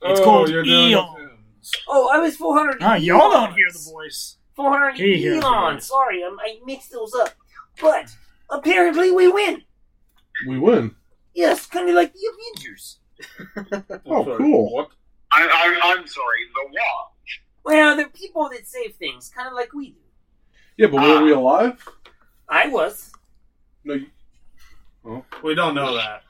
It's oh, called you're doing Eon. with him. oh, I was 400. Ah, y'all don't eons. hear the voice. 400 He hears the eons. voice. Sorry, I'm, I mixed those up. But apparently, we win. We win. Yes, kind of like the Avengers. I'm Oh, sorry, cool. What? I, I, I'm sorry, the what? Well, they're people that save things, kind of like we do. Yeah, but were we alive? I was. Ah. No. You, We don't know that.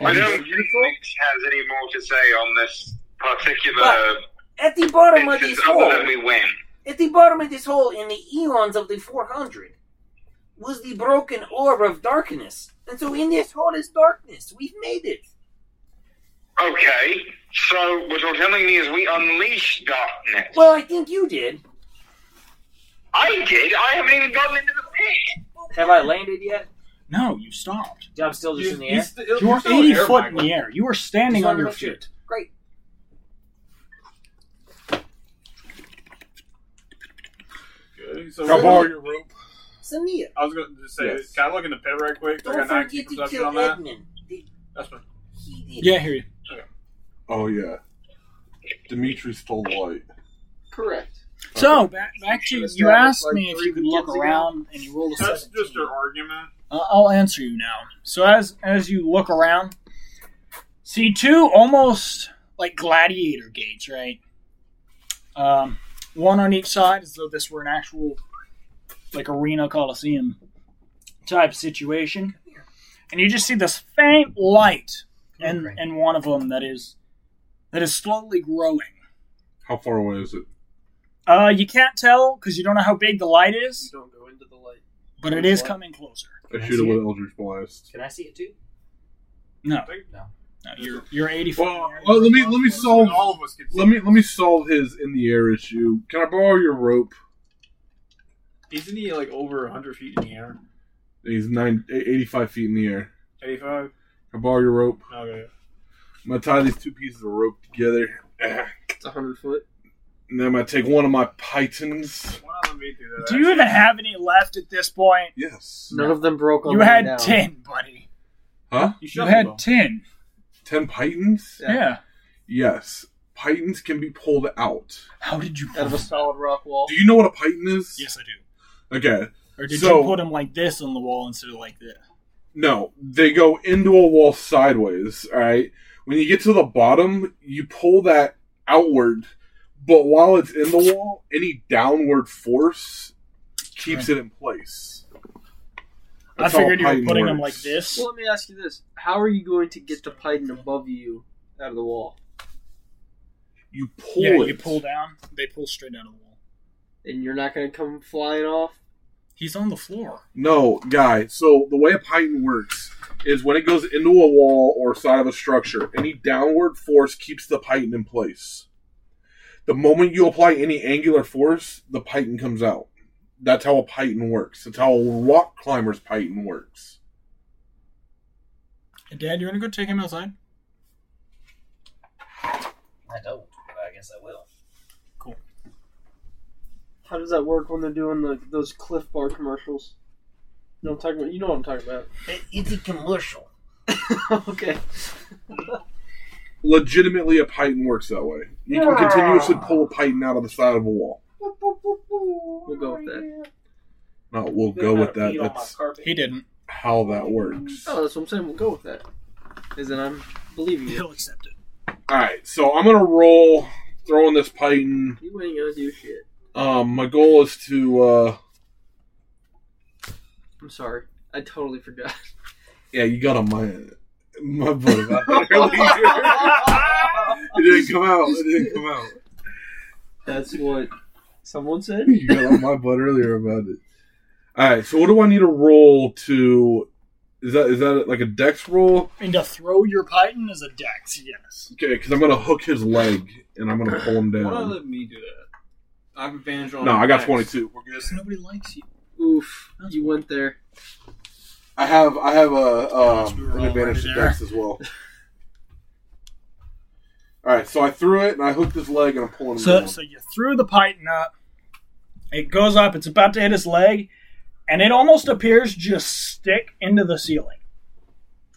I don't think Nick has any more to say on this particular At the bottom of instance this hole, other than we win. at the bottom of this hole in the eons of the 400, was the broken orb of darkness. And so in this hole is darkness. We've made it. Okay, so what you're telling me is we unleashed darkness. Well, I think you did. I did. I haven't even gotten into the pit. Have I landed yet? No, you stopped. I'm still just in the air. st- You were still 80 there, foot in Michael. the air. You were standing Just on your under feet. Great. Okay, so How we- far your rope? Samir, I was going to say, Yes. can I look in the pit right quick? I don't got forget 19 to perception kill on that. Edmund. Did- That's fine. He did. Yeah, I hear you. Oh yeah. Dimitri stole light. Correct. So, back, back to Should've you started, asked like, me if three you could look weekends ago. around and you rolled a That's 17. just your argument. Uh, I'll answer you now. So as as you look around, see two almost like gladiator gates, right? Um, one on each side, as though this were an actual like arena coliseum type situation, and you just see this faint light in in one of them that is that is slowly growing. How far away is it? Uh, you can't tell because you don't know how big the light is, Don't go into the light. but it is coming closer. I Can I shoot it see with it? Eldritch Blast. Can I see it too? No, No. no you're you're eighty feet. Well, well, let me let me solve All of us can see. let me let me solve his in the air issue. Can I borrow your rope? Isn't he like over 100 feet in the air? He's nine, eh, 85 feet in the air. 85? Can I borrow your rope? Okay. I'm gonna tie these two pieces of rope together. Ah. It's a hundred foot. And then I take one of my pythons. One of them beat through that. Do you even have any left at this point? Yes. None of them broke on You the way had down. ten, buddy. Huh? You You shuffled had them. ten. Ten pythons? Yeah. Yeah. Yes. Pythons can be pulled out. How did you? out of a solid rock wall. Do you know what a python is? Yes, I do. Okay. Or did So- you put them like this on the wall instead of like this? No, they go into a wall sideways. All right. When you get to the bottom, you pull that outward, but while it's in the wall, any downward force keeps it in place. I That's how figured you were Python putting them like works. this. Well, let me ask you this: How are you going to get the python above you out of the wall? You pull Yeah, it. you pull down. They pull straight down the wall. And you're not going to come flying off. He's on the floor. No, guy. So the way a python works is when it goes into a wall or side of a structure, any downward force keeps the python in place. The moment you apply any angular force, the python comes out. That's how a python works. That's how a rock climber's python works. Hey, Dad, you want to go take him outside? I don't, but I guess I will. How does that work when they're doing the, those Cliff Bar commercials? You know what I'm talking about. You know what I'm talking It's a commercial. about. okay. Legitimately, a python works that way. You can continuously pull a python out of the side of a wall. We'll go with that. No, we'll go with that. That's He didn't. how that works. Oh, that's what I'm saying. We'll go with that. Is that I'm believing you. He'll accept it. All right, so I'm gonna roll throwing this python. You ain't gonna do shit. Um, my goal is to. Uh, I'm sorry. I totally forgot. yeah, you got on my my vote about that earlier. it didn't come out. It didn't come out. That's what someone said. You got on my butt earlier about it. All right. So what do I need to roll to? Is that is that like a dex roll? And to throw your python is a dex, yes. Okay, because I'm gonna hook his leg and I'm gonna pull him Why don't down. let me do that? I have advantage on. No, I got attacks. 22. We're good. Nobody likes you. Oof. You went there. I have I have a Let's um, move an on advantage right to there. dex as well. All right, so I threw it and I hooked his leg and I'm pulling him So, down. so you threw the python up. It goes up. It's about to hit his leg, and it almost appears just stick into the ceiling,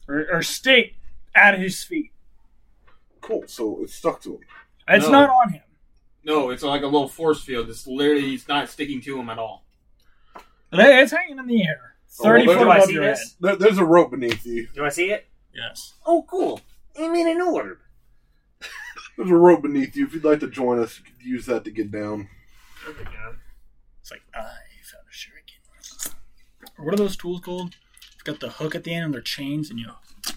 or, or stick at his feet. Cool. So it's stuck to him. It's No. not on him. No, it's like a little force field. It's literally it's not sticking to him at all. It- It's hanging in the air, thirty Oh, foot do I above see your head. this? There, there's a rope beneath you. Do I see it? Yes. Oh, cool. I'm in an orb. There's a rope beneath you. If you'd like to join us, you could use that to get down. It's like I found a shuriken. Or What are those tools called? It's got the hook at the end, and they're chains, and you. What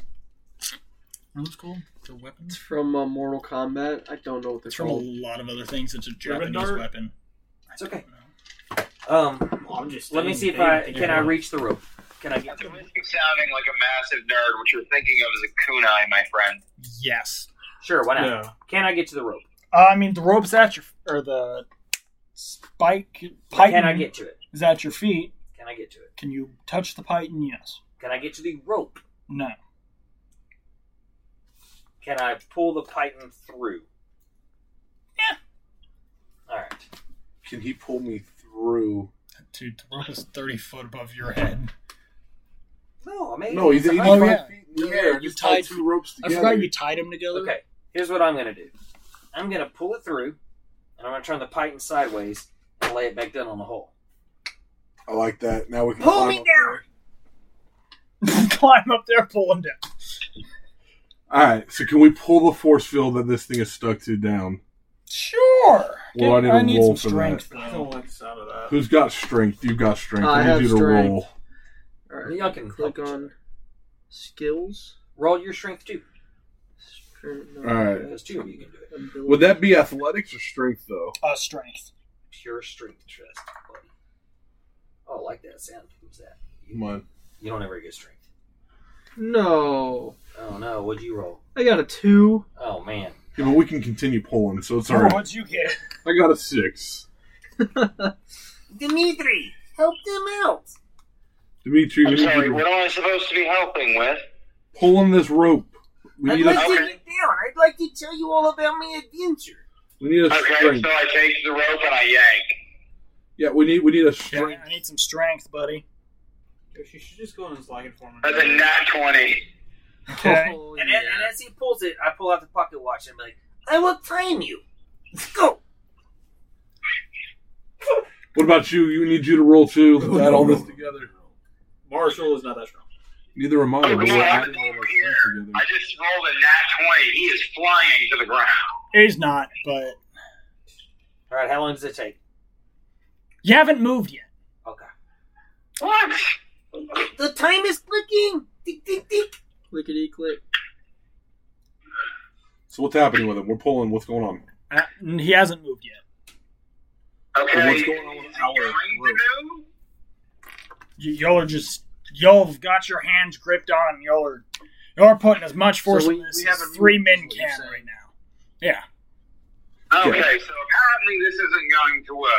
are those called? They're It's weapons. from uh, Mortal Kombat. I don't know what they're It's from a called. lot of other things. It's a Japanese dart? weapon. It's okay. No. Um, I'm just. let me see if saying, I they- can I reach the rope. Can I get You're sounding like a massive nerd. What you're thinking of is a kunai, my friend. Yes. sure? Why not? Yeah. Can I get to the rope? Uh, I mean, the rope's at your or the spike python Can I get to it? is at your feet. Can I get to it? Can you touch the python? Yes. Can I get to the rope? No. Can I pull the python through? Yeah. All right. Can he pull me through? Dude, the rope is thirty foot above your head. No, amazing. No, he's It's a 85 hundred- Oh, yeah. feet in the Yeah, air. you Just tied tied- two ropes I together. forgot you tied them together. Okay, here's what I'm gonna do. I'm gonna pull it through, and I'm gonna turn the python sideways and lay it back down on the hole. I like that. Now we can Pull climb me up down! Climb up there, pull him down. There. All right. So can we pull the force field that this thing is stuck to down? Sure. Well, I need a roll for I Oh, don't like the sound of that. Who's got strength? You've got strength. I I, have need you to strength. roll. All right. Y'all can click help each on other. skills. Roll your strength too. Strength- no, Alright. Those two of you can do it. ability. Would that be athletics or strength though? Uh, strength. Pure strength test, buddy. Oh, I like that sound. Who's that? Come on. You don't ever get strength. No. Oh no, what'd you roll? I got a two. Oh man. Yeah, but we can continue pulling, so it's Oh, alright. what'd you get? I got a six. Dimitri, help them out. Dimitri, we I'm need sorry, you what to am I supposed to be helping with? pulling this rope. We I'd need a like to Okay. get down. I'd like to tell you all about my adventure. We need a Okay, string. so I take the rope and I yank. Yeah, we need we need a Yeah, string. I need some strength, buddy. She should just go in and slag it for me. That's a nat 20. Okay. Oh, And, yeah. a- and as he pulls it, I pull out the pocket watch and I'm like, I will time you. Let's go. What about you? You need you to roll too. Add all this together. Marshall is not that strong. Neither am I. Oh, but come we're on, I adding have all it of our here. strength I together. just rolled a nat 20. He is flying to the ground. He's not, but all right, how long does it take? you haven't moved yet. Okay. What? The time is clicking. Tick, tick, tick. Clickety click. So what's happening with him? We're pulling. What's going on? Uh, he hasn't moved yet. Okay. what's going on with is he our going to rope? do? Y- y'all are just y'all have got your hands gripped on him. Y'all are y'all are putting as much force So we- in this we as haven't three moved, men is what you're can saying. right now. Yeah, Okay, so apparently this isn't going to work.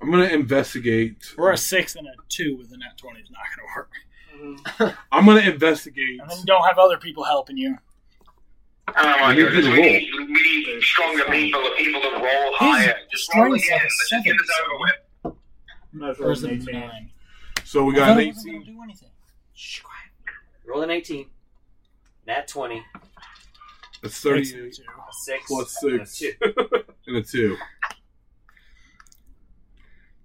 I'm gonna investigate. we're a six and a two with a net twenty is not going to work. I'm gonna investigate. And then you don't have other people helping you. Oh my We need goodness, to we roll. need, we need stronger people, the people that roll higher. Just strength roll is again. like a Let's just get seven, this over with. I'm not sure. Or is it Nate a Mann. nine? So we I got thought an it wasn't gonna 18. do anything. Shh, quiet. Roll an 18. Nat 20. A That's Six 38 and two. 6. Plus and a six. two. and a two.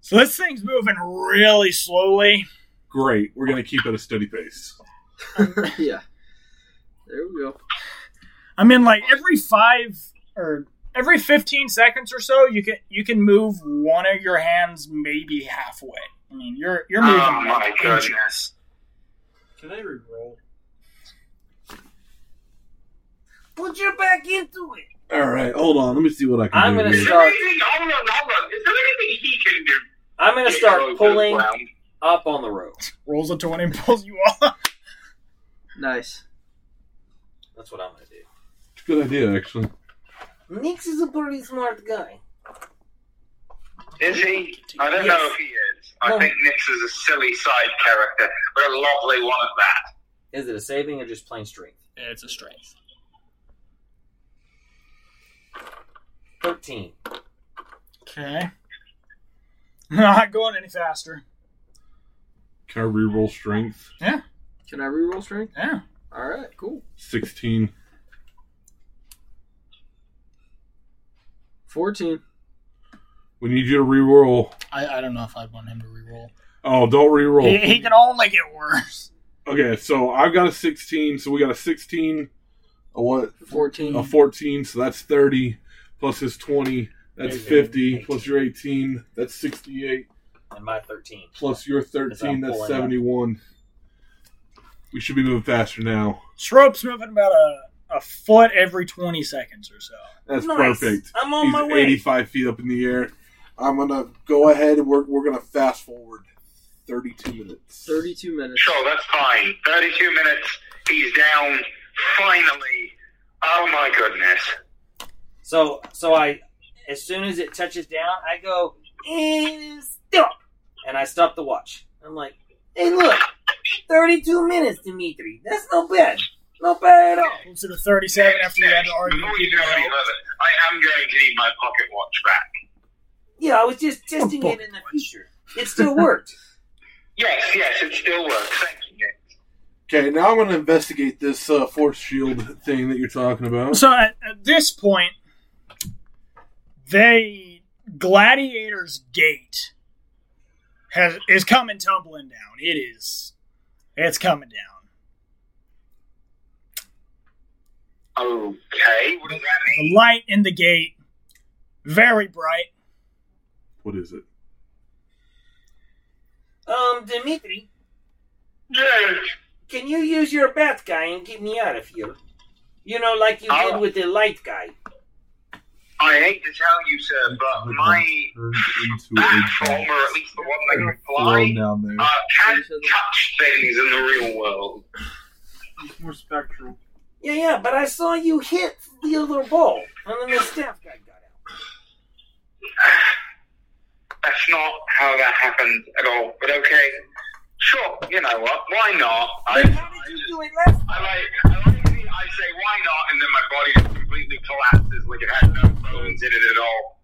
So this thing's moving really slowly. Great. We're gonna keep at a steady pace. yeah. There we go. I mean, like every five or every fifteen seconds or so, you can you can move one of your hands maybe halfway. I mean, you're you're moving. Oh my like inches. goodness. Can I re-roll? Put your back into it. All right. Hold on. Let me see what I can I'm do. gonna here. Is there Start. anything, hold on, hold on. Is there anything he can do? I'm going to start Roll pulling around. up on the rope. Rolls a twenty and pulls you off. Nice. That's what I'm going to do. It's a Good idea, actually. Nix is a pretty smart guy. Is he? I don't know if he is. I No. think Nix is a silly side character, but a lovely one at that. Is it a saving or just plain strength? It's a strength. 13. Okay. Not going any faster. Can I reroll strength? Can I reroll strength? Yeah. All right. Cool. 16. Fourteen. We need you to reroll. I, I don't know if I'd want him to re-roll. Oh, don't reroll. He, he can only get worse. Okay, so I've got a 16. So we got a 16, a what? Fourteen. A 14. So that's 30. Plus his 20. That's 50. Plus your 18. That's 68. And my 13. Plus your That's how 13. I'm That's pulling up. 71. We should be moving faster now. Shrope's moving about a, a foot every twenty seconds or so. That's Nice. perfect. I'm on He's my way. 85 feet up in the air. I'm gonna go ahead and we're we're gonna fast forward 32 minutes. Thirty-two minutes. Sure, that's fine. 32 minutes, he's down, finally. Oh my goodness. So, so I, as soon as it touches down, I go, "Eh, And stop. and I stop the watch. I'm like, Hey, look. 32 minutes, Dimitri. That's not bad. Not bad at all. Pulls it to thirty-seven after you had to argue. Before with you people go to any help. further, I am going to need my pocket watch back. Yeah, I was Oh, just testing it in the future. It still worked. Yes, yes, it still works. Thank you, Nick. Okay, now I'm gonna investigate this uh, force shield thing that you're talking about. So at, at this point, they Gladiator's Gate has is coming tumbling down. It is, it's coming down. Okay, what does that mean? The light in the gate, very bright. What is it? Um, Dimitri, Yes. can you use your bat guy and get me out of here? You know, like you Oh. did with the light guy. I hate to tell you, sir, but my bat form, or Ah, at least the one that can fly, down there. uh, can touch things in the real world. He's more spectral. Yeah, yeah, but I saw you hit the other ball, and then the staff guy got out. That's not how that happened at all. But okay, sure. You know what? Why not? I, I, But how did you just- do it last? I like. I like. the- I say why not, and then my body. completely collapses like it had no bones in it at all.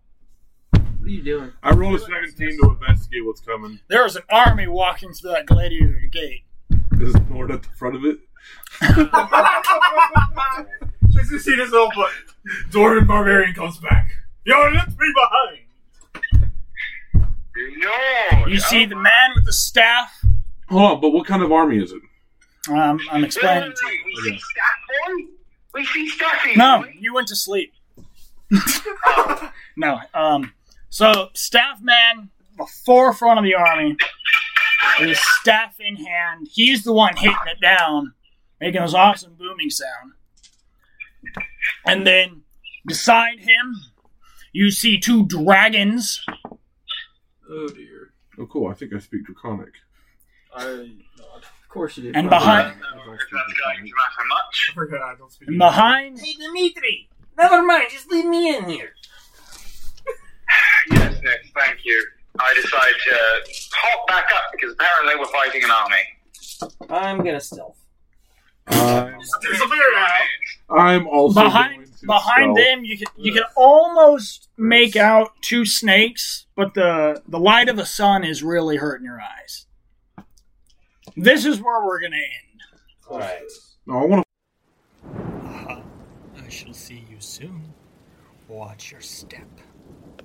What are you doing? I rolled a 17 to investigate what's coming. There is an army walking through that gladiator gate. Is Nord at the front of it? Let's just see this little book. Dwarven Barbarian comes back. Yo, left me behind. No! You see the man with the staff? Hold on, but what kind of army is it? Um, I'm explaining Wait, to you. wait, wait, We see Staffy? We see Staffy? No, you went to sleep. no. Um, so, staff man, the forefront of the army, with his staff in hand. He's the one hitting it down, making this awesome booming sound. And then beside him, you see two dragons. Oh dear. Oh, cool. I think I speak Draconic. I Of course you do. And behind- That's going to matter much. forgot I don't speak. And behind Hey, Dimitri! Never mind, just leave me in here. Yes, Nick, thank you. I decide to hop back up because apparently we're fighting an army. I'm gonna stealth. Uh, Disappear now. I'm also behind going to behind spell- them you can you can almost make out two snakes but the the light of the sun is really hurting your eyes this is where we're gonna end All right. No, I want I shall see you soon. Watch your step.